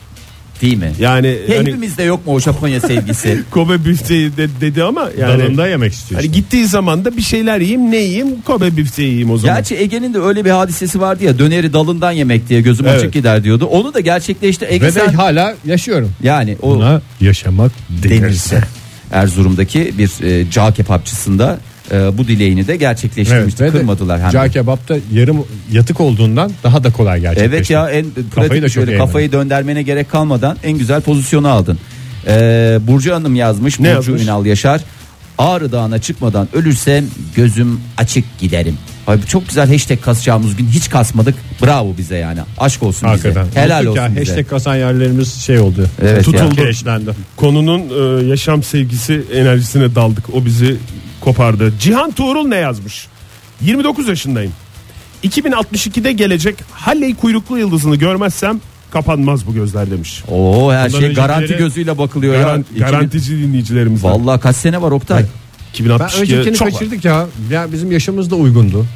Speaker 3: Değil mi?
Speaker 4: Yani hani
Speaker 3: Hepimizde yok mu o Japonya sevgisi?
Speaker 4: Kobe bifteği de- dedi ama yani
Speaker 2: dalında yemek istiyor.
Speaker 4: hani gittiği zaman da bir şeyler yiyeyim ne yiyeyim Kobe bifteği yiyeyim o zaman.
Speaker 3: Gerçi Ege'nin de öyle bir hadisesi vardı ya döneri dalından yemek diye gözüm
Speaker 4: Evet.
Speaker 3: açık gider diyordu. Onu da gerçekleşti. Ege
Speaker 2: Ve de
Speaker 3: sen-
Speaker 2: hala yaşıyorum.
Speaker 3: yani o
Speaker 2: Buna yaşamak denirse.
Speaker 3: Erzurum'daki bir e, cağ kebapçısında e, bu dileğini de gerçekleştirmişti.
Speaker 2: ve de
Speaker 3: Kırmadılar hem. de.
Speaker 2: Cağ kebapta yarım yatık olduğundan daha da kolay gerçekleşti.
Speaker 3: Evet ya en
Speaker 2: Kafayı
Speaker 3: pratik
Speaker 2: da çok
Speaker 3: şöyle
Speaker 2: eğlendi.
Speaker 3: kafayı döndermene gerek kalmadan en güzel pozisyonu aldın. Ee, Burcu Hanım yazmış.
Speaker 4: Ne
Speaker 3: Burcu
Speaker 4: yazmış?
Speaker 3: Ünal Yaşar. Ağrı Dağı'na çıkmadan ölürsem gözüm açık giderim. Abi çok güzel hashtag kasacağımız gün hiç kasmadık. Bravo bize yani. Aşk olsun
Speaker 2: Hakikaten.
Speaker 3: bize. Helal
Speaker 2: Unuttuk
Speaker 3: olsun
Speaker 2: ya,
Speaker 3: bize.
Speaker 2: Hashtag kasan yerlerimiz şey oldu.
Speaker 3: Evet
Speaker 2: tutuldu.
Speaker 3: ya.
Speaker 2: Kireçlendi.
Speaker 4: Konunun e, yaşam sevgisi enerjisine daldık. O bizi kopardı. Cihan Tuğrul ne yazmış? 29 yaşındayım. 2062'de gelecek Halley kuyruklu yıldızını görmezsem kapanmaz bu gözler demiş.
Speaker 3: Oo her
Speaker 4: Bundan
Speaker 3: şey garanti
Speaker 4: öncekileri-
Speaker 3: gözüyle bakılıyor
Speaker 4: Garan-
Speaker 3: ya.
Speaker 4: garantici dinleyicilerimiz.
Speaker 3: İki bin- Vallahi kaç sene var Oktay?
Speaker 2: Ben
Speaker 4: 2062
Speaker 2: öncekini
Speaker 4: çok var.
Speaker 2: kaçırdık ya. Ya bizim yaşımız da uygundu.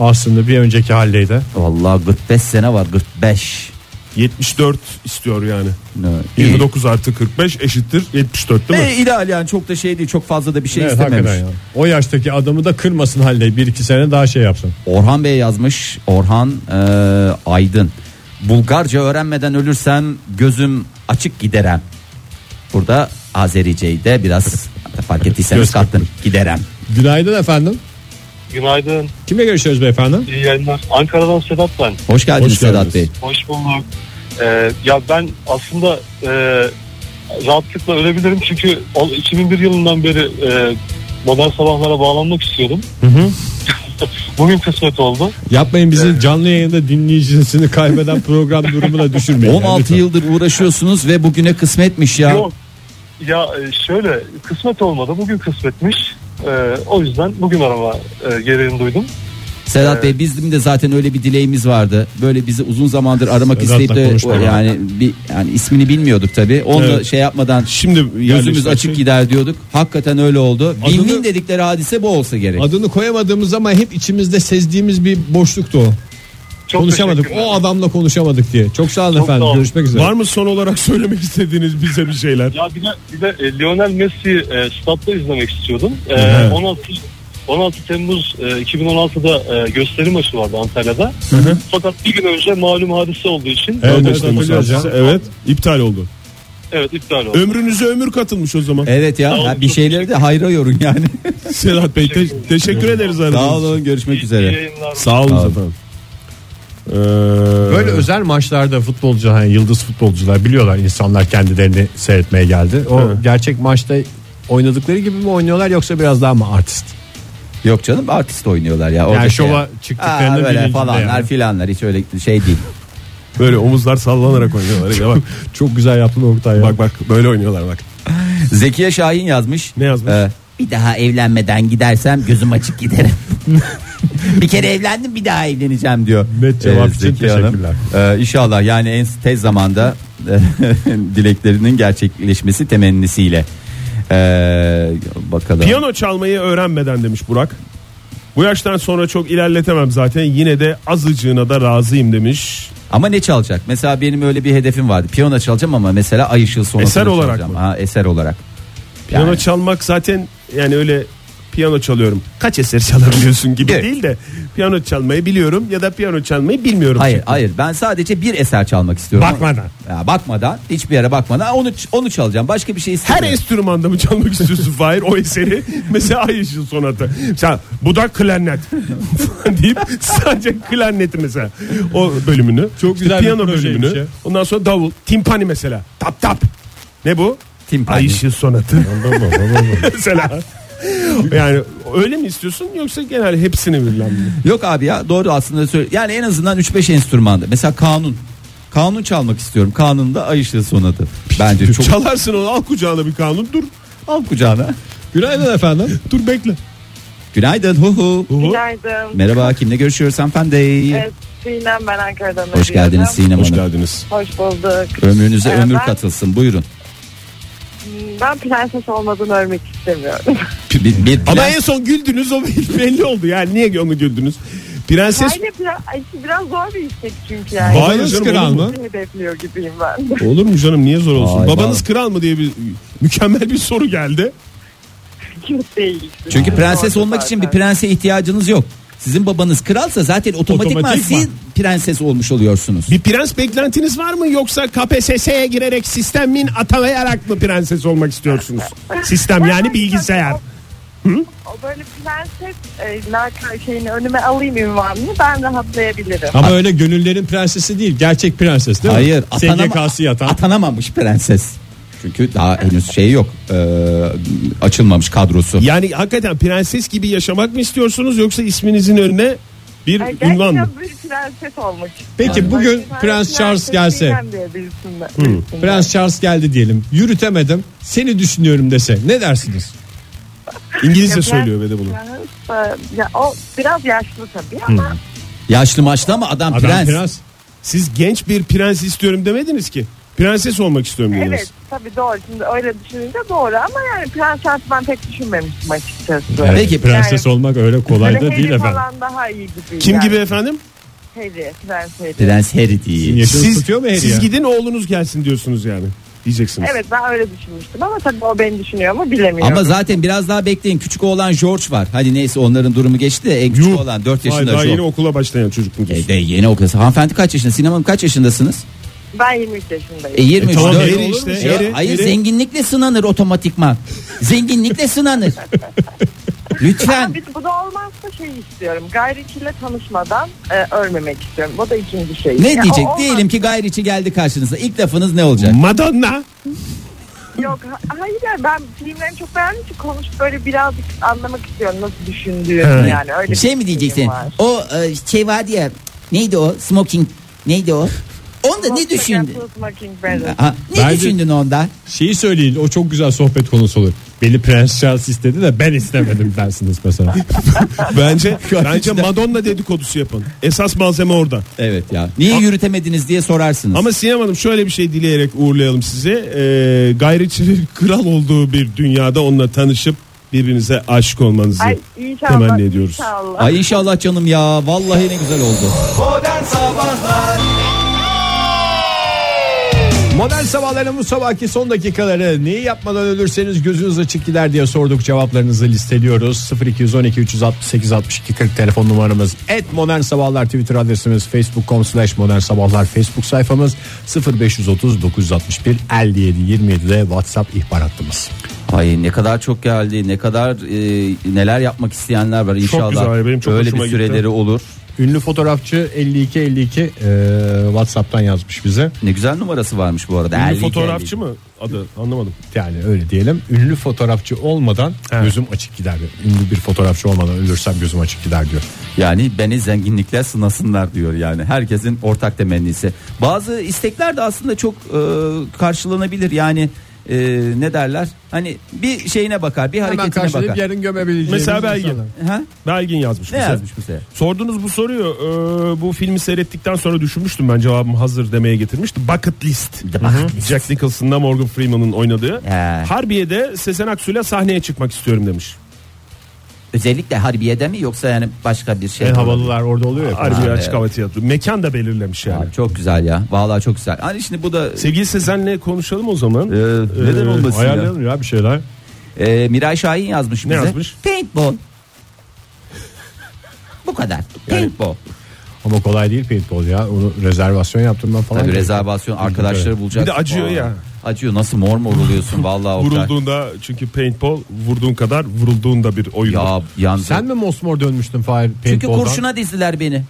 Speaker 2: Aslında bir önceki haldeydi.
Speaker 3: Vallahi 45 sene var 45.
Speaker 4: 74 istiyor yani.
Speaker 3: Ne-
Speaker 4: 29 artı 45 eşittir 74 değil mi?
Speaker 3: Ne ideal yani çok da şey değil çok fazla da bir şey
Speaker 2: Evet,
Speaker 3: istememiş.
Speaker 2: hakikaten ya. O yaştaki adamı da kırmasın halley. Bir iki sene daha şey yapsın.
Speaker 3: Orhan Bey yazmış. Orhan e, Aydın. Bulgarca öğrenmeden ölürsem gözüm açık giderem. Burada Azerice'yi de biraz fark ettiyseniz kattım. Giderem.
Speaker 2: Günaydın efendim.
Speaker 8: Günaydın.
Speaker 2: Kimle görüşüyoruz beyefendi?
Speaker 8: iyi yayınlar. Ankara'dan Sedat ben.
Speaker 3: Hoş geldiniz
Speaker 2: Hoş
Speaker 3: Sedat
Speaker 2: geldiniz.
Speaker 3: Bey.
Speaker 8: Hoş bulduk. Ee, ya ben aslında e, rahatlıkla ölebilirim çünkü o- 2001 yılından beri e, modern sabahlara bağlanmak istiyordum. Bugün kısmet oldu.
Speaker 2: Yapmayın bizi canlı yayında dinleyicisini kaybeden program durumuna düşürmeyin.
Speaker 3: 16
Speaker 2: Lütfen.
Speaker 3: yıldır uğraşıyorsunuz ve bugüne kısmetmiş ya.
Speaker 8: Yok. Ya e, şöyle kısmet olmadı. Bugün kısmetmiş.
Speaker 5: E, o yüzden bugün arama e, gereğini duydum.
Speaker 3: Sedat Bey bizim de zaten öyle bir dileğimiz vardı. Böyle bizi uzun zamandır aramak
Speaker 4: Sedat'la
Speaker 3: isteyip de
Speaker 4: konuşmamak.
Speaker 3: yani bir yani ismini bilmiyorduk tabii. Onu da
Speaker 4: Evet.
Speaker 3: şey yapmadan
Speaker 4: Şimdi
Speaker 3: gözümüz
Speaker 4: yerleştirsek-
Speaker 3: açık gider diyorduk. Hakikaten öyle oldu.
Speaker 4: Adını-
Speaker 3: Win-win dedikleri hadise bu olsa gerek.
Speaker 2: Adını koyamadığımız ama hep içimizde sezdiğimiz bir boşluktu o.
Speaker 5: Çok
Speaker 2: konuşamadık.
Speaker 5: teşekkürler.
Speaker 2: O adamla konuşamadık diye. Çok sağ olun
Speaker 5: Çok
Speaker 2: efendim.
Speaker 5: sağ olun.
Speaker 2: Görüşmek üzere.
Speaker 4: Var mı son olarak söylemek istediğiniz bize bir şeyler?
Speaker 5: Ya bir de, bir de e, Lionel Messi'yi e, statta izlemek istiyordum. E,
Speaker 4: Hı hı.
Speaker 5: 16 16 Temmuz e, 2016'da e, gösteri maçı vardı Antalya'da. Fakat bir gün önce malum hadise olduğu için evet,
Speaker 4: Evet,
Speaker 9: Evet,
Speaker 4: evet,
Speaker 9: hatırlıyorum.
Speaker 4: evet iptal oldu.
Speaker 5: iptal oldu.
Speaker 4: Ömrünüze ömür katılmış o zaman.
Speaker 3: Evet ya
Speaker 5: Sağ
Speaker 3: ha,
Speaker 5: olun.
Speaker 3: bir şeyleri de hayra yorun yani.
Speaker 4: Sedat Bey te- teşekkür ederiz aradığınız
Speaker 3: Sağ
Speaker 4: için.
Speaker 3: olun görüşmek
Speaker 5: İyi
Speaker 3: üzere.
Speaker 5: yayınlar.
Speaker 4: Sağ olun
Speaker 3: Sağ olun.
Speaker 4: efendim. Ee,
Speaker 2: Böyle özel maçlarda futbolcu, hani yıldız futbolcular biliyorlar insanlar kendilerini seyretmeye geldi. O
Speaker 4: Evet.
Speaker 2: gerçek maçta oynadıkları gibi mi oynuyorlar yoksa biraz daha mı artist?
Speaker 3: Yok canım artist oynuyorlar ya.
Speaker 2: Yani
Speaker 3: oradaki-
Speaker 2: şova
Speaker 3: Aa,
Speaker 2: çıktıklarını
Speaker 3: böyle
Speaker 2: bilincinde
Speaker 3: falanlar
Speaker 2: yani.
Speaker 3: filanlar hiç öyle şey değil.
Speaker 4: böyle omuzlar sallanarak oynuyorlar. Ya bak,
Speaker 2: Çok güzel yaptın Oktay ya.
Speaker 4: bak bak böyle oynuyorlar bak.
Speaker 3: Zekiye Şahin yazmış.
Speaker 4: Ne yazmış?
Speaker 3: Ee, bir daha evlenmeden gidersem gözüm açık giderim. bir kere evlendim bir daha evleneceğim diyor. e,
Speaker 4: Net cevap için
Speaker 3: Zekiye Hanım. Ee, inşallah yani en tez zamanda dileklerinin gerçekleşmesi temennisiyle. Ee, bakalım.
Speaker 4: Piyano çalmayı öğrenmeden demiş Burak. Bu yaştan sonra çok ilerletemem zaten. Yine de azıcığına da razıyım demiş.
Speaker 3: Ama ne çalacak? Mesela benim öyle bir hedefim vardı. Piyano çalacağım ama mesela Ay Işıl sonrasını
Speaker 4: Eser olarak
Speaker 3: çalacağım.
Speaker 4: mı?
Speaker 3: Ha, eser olarak.
Speaker 4: Piyano
Speaker 3: Yani.
Speaker 4: çalmak zaten yani öyle piyano çalıyorum. Kaç eser çalabiliyorsun gibi
Speaker 3: Evet.
Speaker 4: değil de piyano çalmayı biliyorum ya da piyano çalmayı bilmiyorum.
Speaker 3: Hayır hayır ben sadece bir eser çalmak istiyorum.
Speaker 4: Bakmadan.
Speaker 3: Ya bakmadan hiçbir yere bakmadan onu onu çalacağım. Başka bir şey
Speaker 4: Her
Speaker 3: istemiyorum.
Speaker 4: enstrümanda mı çalmak istiyorsun Fahir o eseri? Mesela Ay Işıl sonatı. Mesela bu da klarnet falan deyip sadece klarneti mesela o bölümünü. Çok
Speaker 2: güzel bir
Speaker 4: piyano
Speaker 2: projeymiş
Speaker 4: bölümünü.
Speaker 2: ya.
Speaker 4: Ondan sonra davul, timpani mesela. Tap tap. Ne bu?
Speaker 3: Timpani.
Speaker 4: Ay Işıl sonatı. mesela. Yani öyle mi istiyorsun yoksa genel hepsini birden mi?
Speaker 3: Yok abi ya doğru aslında söyle. Yani en azından 3-5 enstrümanda. Mesela kanun. Kanun çalmak istiyorum. Kanunda Ay Işıl sonadı. Bence çok
Speaker 4: Çalarsın onu al kucağına bir kanun dur.
Speaker 3: al kucağına.
Speaker 2: Günaydın efendim.
Speaker 4: Dur bekle.
Speaker 3: Günaydın. Hu hu.
Speaker 7: Günaydın.
Speaker 3: Merhaba kimle görüşüyoruz hanımefendi?
Speaker 7: Evet, Sinem ben Ankara'dan
Speaker 3: Hoş
Speaker 7: arıyorum.
Speaker 3: geldiniz Sinem
Speaker 4: Hoş
Speaker 3: Hanım.
Speaker 4: geldiniz.
Speaker 7: Hoş bulduk.
Speaker 3: Ömrünüze
Speaker 7: Ee,
Speaker 3: ömür
Speaker 7: ben-
Speaker 3: katılsın. Buyurun.
Speaker 7: Ben prenses olmadan ölmek istemiyorum.
Speaker 3: Bir, bir
Speaker 4: Ama
Speaker 3: prens-
Speaker 4: en son güldünüz o belli oldu yani niye onu güldünüz? Prenses
Speaker 7: Aile biraz, ay, biraz zor bir istek çünkü yani.
Speaker 4: Vay
Speaker 2: Babanız
Speaker 4: canım,
Speaker 2: kral
Speaker 4: olur
Speaker 2: mı?
Speaker 4: mu?
Speaker 7: Bizi hedefliyor gibiyim ben.
Speaker 4: Olur mu canım niye zor olsun?
Speaker 3: Ay,
Speaker 4: Babanız
Speaker 3: baba.
Speaker 4: kral mı diye bir mükemmel bir soru geldi.
Speaker 7: Kimse değil.
Speaker 3: Çünkü
Speaker 7: Doğru
Speaker 3: prenses olmak
Speaker 7: zaten.
Speaker 3: için bir prense ihtiyacınız yok. Sizin babanız kralsa zaten otomatikman,
Speaker 4: Otomatikman.
Speaker 3: siz prenses olmuş oluyorsunuz.
Speaker 4: Bir prens beklentiniz var mı yoksa KPSS'ye girerek sistemin atalayarak mı prenses olmak istiyorsunuz? Sistem yani bilgisayar.
Speaker 7: O böyle prenses e, laka şeyini önüme alayım ünvanını ben rahatlayabilirim.
Speaker 2: Ama öyle gönüllerin prensesi değil. Gerçek prenses değil
Speaker 3: Hayır,
Speaker 2: mi? SGK'sı yatan.
Speaker 3: atanamamış prenses. Çünkü daha henüz şey yok. Ee, açılmamış kadrosu.
Speaker 4: Yani hakikaten prenses gibi yaşamak mı istiyorsunuz yoksa isminizin önüne bir
Speaker 7: Ay,
Speaker 4: ünvan mı?
Speaker 7: gerçekten bir prenses olmak istiyorum.
Speaker 2: Peki bugün
Speaker 7: Ben
Speaker 2: Prens Charles
Speaker 7: prenses
Speaker 2: gelse.
Speaker 7: Sinem diye birisinler- birisinler.
Speaker 2: Prens Charles geldi diyelim. Yürütemedim. Seni düşünüyorum dese. Ne dersiniz?
Speaker 4: İngilizce
Speaker 7: Ya prens-
Speaker 4: söylüyor ve de bunu.
Speaker 7: Prens, e, Ya, o biraz yaşlı tabii ama
Speaker 3: Yaşlı maçlı ama adam,
Speaker 2: Adam
Speaker 3: prens.
Speaker 2: prens.
Speaker 4: Siz genç bir prens istiyorum demediniz ki. Prenses olmak istiyorum dediniz.
Speaker 7: Evet tabii doğru şimdi öyle düşününce doğru ama yani prenses ben pek düşünmemiştim açıkçası.
Speaker 3: Peki
Speaker 2: Prenses
Speaker 7: Yani-
Speaker 2: olmak öyle kolay da
Speaker 7: Böyle
Speaker 2: değil
Speaker 7: Harry
Speaker 2: efendim.
Speaker 7: falan daha iyi gibi.
Speaker 4: Kim
Speaker 7: yani.
Speaker 4: gibi efendim?
Speaker 7: Harry, prens Harry.
Speaker 3: Prens Harry değil.
Speaker 2: Yaşınız
Speaker 4: Siz,
Speaker 2: tutuyor mu Harry
Speaker 4: siz
Speaker 2: ya?
Speaker 4: gidin oğlunuz gelsin diyorsunuz yani. Diyeceksiniz.
Speaker 7: Evet ben öyle düşünmüştüm ama tabii o beni düşünüyor mu bilemiyorum.
Speaker 3: Ama zaten biraz daha bekleyin. Küçük oğlan George var. Hadi neyse onların durumu geçti de en küçük
Speaker 4: Yuh.
Speaker 3: olan 4
Speaker 4: Vay,
Speaker 3: yaşında
Speaker 4: daha
Speaker 3: George.
Speaker 4: yeni okula başlayan çocuk mu diyorsun?
Speaker 3: E de yeni okuyorsun. Hanımefendi kaç yaşında? Sinem Hanım kaç yaşındasınız?
Speaker 7: Ben 23
Speaker 3: E
Speaker 7: yaşındayım.
Speaker 3: 23.
Speaker 4: tamam,
Speaker 3: dört-
Speaker 4: Harry
Speaker 3: Olur mu
Speaker 4: işte,
Speaker 3: ya?
Speaker 4: Harry,
Speaker 3: Hayır
Speaker 4: Harry.
Speaker 3: zenginlikle sınanır otomatikman. zenginlikle sınanır. Lütfen.
Speaker 7: Ama biz bu da olmazsa şey istiyorum. Gayriçiyle tanışmadan e, ölmemek istiyorum. Bu da ikinci şey.
Speaker 3: Ne
Speaker 7: Yani
Speaker 3: diyecek?
Speaker 7: o olmaz-
Speaker 3: Diyelim ki gayriçi geldi karşınıza. İlk lafınız ne olacak?
Speaker 4: Madonna.
Speaker 7: Yok ha- hayır yani ben filmlerini çok beğendim ki konuşup böyle birazcık anlamak istiyorum nasıl düşündüğünü
Speaker 4: Evet.
Speaker 7: yani. Öyle
Speaker 3: şey
Speaker 7: bir
Speaker 3: mi
Speaker 7: şeyim
Speaker 3: diyeceksin?
Speaker 7: var.
Speaker 3: O e, şey vardı ya. Neydi o? Smoking. Neydi o? Onda ne düşündün?
Speaker 7: Smoking Barrel.
Speaker 3: Ha, ne
Speaker 2: Bence-
Speaker 3: düşündün onda?
Speaker 2: Şeyi söyleyin o çok güzel sohbet konusu olur. Beni Prens Charles istedi de ben istemedim dersiniz mesela.
Speaker 4: Bence bence Madonna dedikodusu yapın. Esas malzeme orada.
Speaker 3: Evet ya. Niye yürütemediniz diye sorarsınız.
Speaker 4: Ama Sinem Hanım şöyle bir şey dileyerek uğurlayalım size. Ee, gayriçilik kral olduğu bir dünyada onunla tanışıp birbirinize aşık olmanızı
Speaker 7: Ay inşallah.
Speaker 4: temenni ediyoruz.
Speaker 7: inşallah.
Speaker 3: Ay inşallah canım ya. Vallahi ne güzel oldu.
Speaker 2: Modern sabahların bu sabahki son dakikaları neyi yapmadan ölürseniz gözünüz açık gider diye sorduk cevaplarınızı listeliyoruz. 0212 368 62 40 telefon numaramız. Et modern sabahlar twitter adresimiz facebook.com slash modern sabahlar facebook sayfamız 0530 961 57 27'de whatsapp ihbar hattımız.
Speaker 3: Ay ne kadar çok geldi. Ne kadar e, neler yapmak isteyenler var inşallah.
Speaker 4: güzel, benim çok
Speaker 3: Böyle
Speaker 4: hoşuma
Speaker 3: bir
Speaker 4: gitti.
Speaker 3: süreleri olur.
Speaker 2: Ünlü fotoğrafçı 52 52 eee, e, whatsapp'tan yazmış bize.
Speaker 3: Ne güzel numarası varmış bu arada.
Speaker 4: Ünlü
Speaker 3: 52,
Speaker 4: fotoğrafçı mı adı anlamadım.
Speaker 2: Yani öyle diyelim ünlü fotoğrafçı olmadan gözüm açık gider. diyor. Ünlü bir fotoğrafçı olmadan ölürsem gözüm açık gider diyor.
Speaker 3: Yani beni zenginlikler sınasınlar diyor yani. Herkesin ortak temennisi. Bazı istekler de aslında çok e, karşılanabilir. Yani e, ne derler? Hani bir şeyine bakar, bir
Speaker 2: Hemen
Speaker 3: hareketine
Speaker 2: karşılayıp
Speaker 3: bakar.
Speaker 2: yarın gömebileceğimiz
Speaker 4: Mesela belge.
Speaker 2: insanlar.
Speaker 3: Ha?
Speaker 4: Belgin yazmış.
Speaker 3: Ne
Speaker 4: bize.
Speaker 3: yazmış bu sefer?
Speaker 4: Sordunuz bu soruyu. Ee, bu filmi seyrettikten sonra düşünmüştüm ben cevabım hazır demeye getirmiştim. Bucket List. Jack Nicholson'la Morgan Freeman'ın oynadığı.
Speaker 3: He.
Speaker 4: Harbiye'de Sesen Aksu'yla sahneye çıkmak istiyorum demiş.
Speaker 3: Özellikle Harbiye'de mi yoksa yani başka bir
Speaker 4: E,
Speaker 3: şey?
Speaker 2: En
Speaker 3: mi?
Speaker 2: E, havalılar orada oluyor ya.
Speaker 3: Abi.
Speaker 4: Harbiye Açık Hava Tiyatrosu. Mekan da belirlemiş yani.
Speaker 3: Aa, çok güzel ya. Vallahi çok güzel. Hani şimdi bu da
Speaker 4: Sevgili Sezen'le konuşalım o zaman.
Speaker 3: E,
Speaker 4: E,
Speaker 3: neden olmasın ya?
Speaker 2: Ayarlayalım ya bir şeyler.
Speaker 3: Ee, Miray Şahin yazmış
Speaker 4: Ne
Speaker 3: bize.
Speaker 4: yazmış?
Speaker 3: Paintball. Bu kadar. Paintball.
Speaker 2: Ama kolay değil paintball ya. Onu rezervasyon yaptırmam falan.
Speaker 3: Tabii
Speaker 2: gerekiyor.
Speaker 3: rezervasyon arkadaşları bulacağız.
Speaker 4: Bir de acıyor
Speaker 3: Aa,
Speaker 4: ya.
Speaker 3: Acıyor nasıl mor mor oluyorsun vallahi Oktay.
Speaker 4: Vurulduğunda çünkü paintball vurduğun kadar vurulduğunda bir oyun.
Speaker 3: Ya yandı.
Speaker 2: Sen mi mosmor dönmüştün Fahir
Speaker 3: Çünkü
Speaker 2: paintball'dan?
Speaker 3: kurşuna dizdiler beni.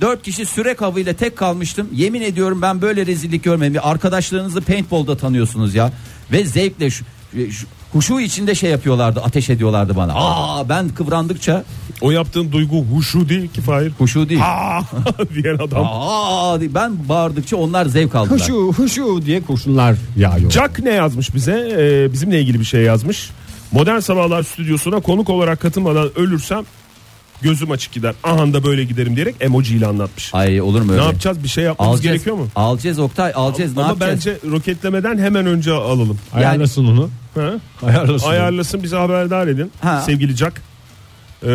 Speaker 3: Dört kişi sürek avıyla tek kalmıştım. Yemin ediyorum ben böyle rezillik görmedim. Bir Arkadaşlarınızı paintball'da tanıyorsunuz ya. Ve zevkle şu, e, şu- huşu içinde şey yapıyorlardı. Ateş ediyorlardı bana. Aa ben kıvrandıkça
Speaker 4: O yaptığın duygu huşu değil ki Fahir.
Speaker 3: huşu değil.
Speaker 4: Aa Ah! diyen
Speaker 3: Ah!
Speaker 4: adam.
Speaker 3: Aa diye ben bağırdıkça onlar zevk aldılar.
Speaker 2: Huşu huşu diye kurşunlar yağıyor.
Speaker 4: Jack ne yazmış bize? Ee, bizimle ilgili bir şey yazmış. Modern Sabahlar stüdyosuna konuk olarak katılmadan ölürsem gözüm açık gider. Ahan da böyle giderim diyerek emoji ile anlatmış.
Speaker 3: Ay olur mu öyle?
Speaker 4: Ne yapacağız? Bir şey yapmamız
Speaker 3: Alacağız.
Speaker 4: gerekiyor mu?
Speaker 3: Alacağız Oktay alacağız ne
Speaker 4: Ama
Speaker 3: yapacağız?
Speaker 4: bence roketlemeden hemen önce alalım.
Speaker 2: Ayarlasın onu.
Speaker 4: Ha?
Speaker 2: Ayarlasın.
Speaker 4: Ayarlasın bizi haberdar edin.
Speaker 3: Ha.
Speaker 4: Sevgili Jack. Ee,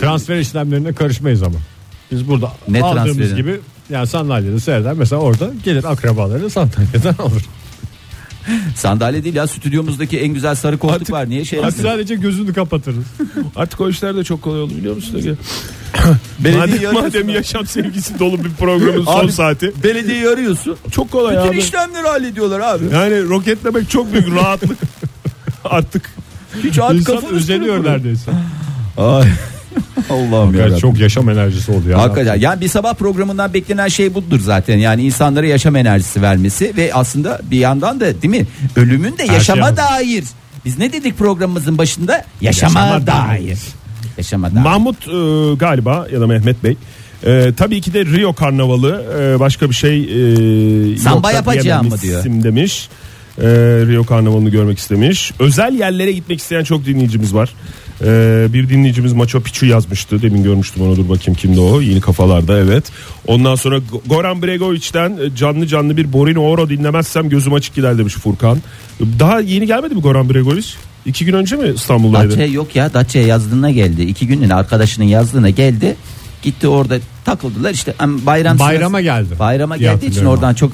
Speaker 2: Transfer işlemlerine karışmayız ama. Biz burada
Speaker 3: Ne
Speaker 2: aldığımız
Speaker 3: transferi?
Speaker 2: gibi yani sandalyede seyreder mesela orada gelir akrabaları sandalyeden alır.
Speaker 3: Sandalye değil ya stüdyomuzdaki en güzel sarı koltuk var. Niye şey
Speaker 2: Biz
Speaker 3: yapıyorsun?
Speaker 2: sadece gözünü kapatırız.
Speaker 4: artık o işler de çok kolay oldu biliyor musun? Ege? madem, madem yaşam sevgisi dolu bir programın son
Speaker 3: Abi-
Speaker 4: saati.
Speaker 3: Belediyeyi arıyorsun.
Speaker 4: Çok kolay
Speaker 3: Bütün
Speaker 4: abi.
Speaker 3: işlemleri hallediyorlar abi.
Speaker 4: Yani roketlemek çok büyük rahatlık. artık
Speaker 3: Hiç abi
Speaker 2: İnsan
Speaker 3: kafanı
Speaker 2: özeniyor neredeyse.
Speaker 3: Ay. Allah'ım ya.
Speaker 2: Yani çok yaşam enerjisi oldu ya.
Speaker 3: Hakikaten yani bir sabah programından beklenen şey budur zaten. Yani insanlara yaşam enerjisi vermesi ve aslında bir yandan da değil mi? Ölümün de yaşama
Speaker 2: şey
Speaker 3: dair. Biz ne dedik programımızın başında? Yaşama, dair. Yaşama dair.
Speaker 4: Mahmut e, galiba ya da Mehmet Bey. e, tabii ki de Rio Karnavalı e, başka bir şey e,
Speaker 3: Samba
Speaker 4: yoksa
Speaker 3: yapacağım mı
Speaker 4: diyemem isim demiş. E, Rio Karnavalı'nı görmek istemiş. Özel yerlere gitmek isteyen çok dinleyicimiz var. E, bir dinleyicimiz Macho Picchu yazmıştı. Demin görmüştüm onu dur bakayım kimdi o. Yeni kafalarda evet. Ondan sonra Go- Goran Bregovic'den e, canlı canlı bir Borino Oro dinlemezsem gözüm açık gider demiş Furkan. Daha yeni gelmedi mi Goran Bregovic? İki gün önce mi İstanbul'daydı?
Speaker 3: Datça yok ya Datça yazdığına geldi. İki günlüğüne arkadaşının yazdığına geldi. Gitti orada takıldılar işte Am- bayram
Speaker 2: Bayrama
Speaker 3: sırası-
Speaker 2: geldi.
Speaker 3: Bayrama
Speaker 2: Diye
Speaker 3: geldiği için
Speaker 2: hatırlıyorum
Speaker 3: oradan çok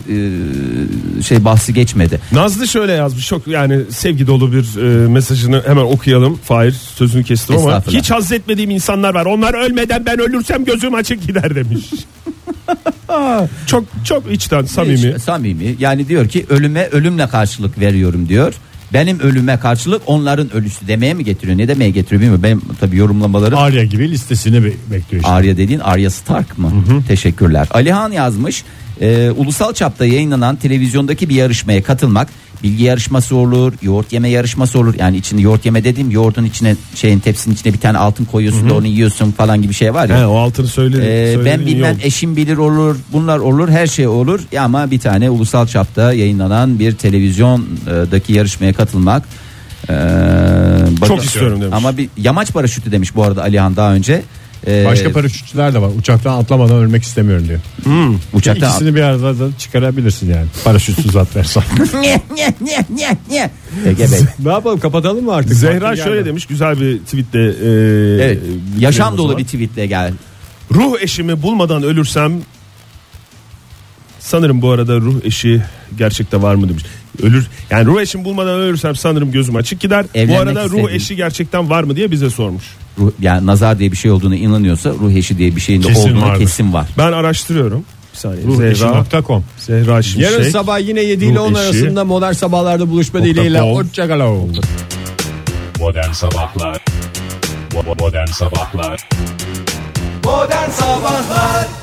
Speaker 3: e, şey bahsi geçmedi.
Speaker 4: Nazlı şöyle yazmış çok yani sevgi dolu bir e, mesajını hemen okuyalım. Fahir sözünü kestim ama
Speaker 3: Estağfurullah.
Speaker 4: hiç haz etmediğim insanlar var. Onlar ölmeden ben ölürsem gözüm açık gider demiş. çok çok içten samimi.
Speaker 3: Hiç- samimi. Yani diyor ki ölüme ölümle karşılık veriyorum diyor. Benim ölüme karşılık onların ölüsü demeye mi getiriyor? Ne demeye getiriyor bilmiyorum. Benim tabii yorumlamalarım
Speaker 2: Arya gibi listesini be- bekliyor işte.
Speaker 3: Arya dediğin Arya Stark mı? Teşekkürler. Alihan yazmış. e, ulusal çapta yayınlanan televizyondaki bir yarışmaya katılmak bilgi yarışması olur, yoğurt yeme yarışması olur. Yani içinde yoğurt yeme dediğim yoğurdun içine şeyin tepsinin içine bir tane altın koyuyorsun da onu yiyorsun falan gibi şey var ya.
Speaker 4: He, o altını söyledim.
Speaker 3: Ee, ben
Speaker 4: söyledim, iyi
Speaker 3: bilmem
Speaker 4: oldu.
Speaker 3: eşim bilir olur bunlar olur her şey olur ya ama bir tane ulusal çapta yayınlanan bir televizyondaki yarışmaya e, katılmak Ee,
Speaker 4: Çok
Speaker 3: bakın-
Speaker 4: istiyorum demiş.
Speaker 3: Ama bir yamaç paraşütü demiş bu arada Alihan daha önce. Ee,
Speaker 2: Başka paraşütçüler de var. Uçaktan atlamadan ölmek istemiyorum diyor.
Speaker 3: uçaktan
Speaker 2: İkisini bir arada da çıkarabilirsin yani. Paraşütsüz at versen.
Speaker 3: Nye, nye, nye, nye, nye. Ege Bey.
Speaker 2: ne yapalım kapatalım mı artık?
Speaker 4: Zehra
Speaker 2: Vakti
Speaker 4: şöyle
Speaker 2: geldi.
Speaker 4: demiş güzel bir e, tweetle.
Speaker 3: Evet, yaşam dolu bir tweetle gel.
Speaker 4: Ruh eşimi bulmadan ölürsem sanırım bu arada ruh eşi gerçekte var mı demiş. Ölür yani ruh eşimi bulmadan ölürsem sanırım gözüm açık gider.
Speaker 3: Evlenmek
Speaker 4: bu arada ruh
Speaker 3: istediğim.
Speaker 4: eşi gerçekten var mı diye bize sormuş.
Speaker 3: Ruh, yani nazar diye bir şey olduğunu inanıyorsa ruh eşi diye bir şeyin de
Speaker 2: Kesin
Speaker 3: olduğunu
Speaker 2: vardır.
Speaker 3: kesin var.
Speaker 4: Ben araştırıyorum. Bir saniye. Zehra,
Speaker 2: Ruheşi.com
Speaker 4: Zehra Şimşek.
Speaker 2: Yarın sabah yine 7 ile
Speaker 4: Ruh
Speaker 2: 10
Speaker 4: eşi.
Speaker 2: arasında modern sabahlarda buluşma
Speaker 4: Nokta
Speaker 2: dileğiyle.
Speaker 4: com.
Speaker 2: Hoşçakalın.
Speaker 4: Modern Sabahlar Modern Sabahlar
Speaker 3: Modern Sabahlar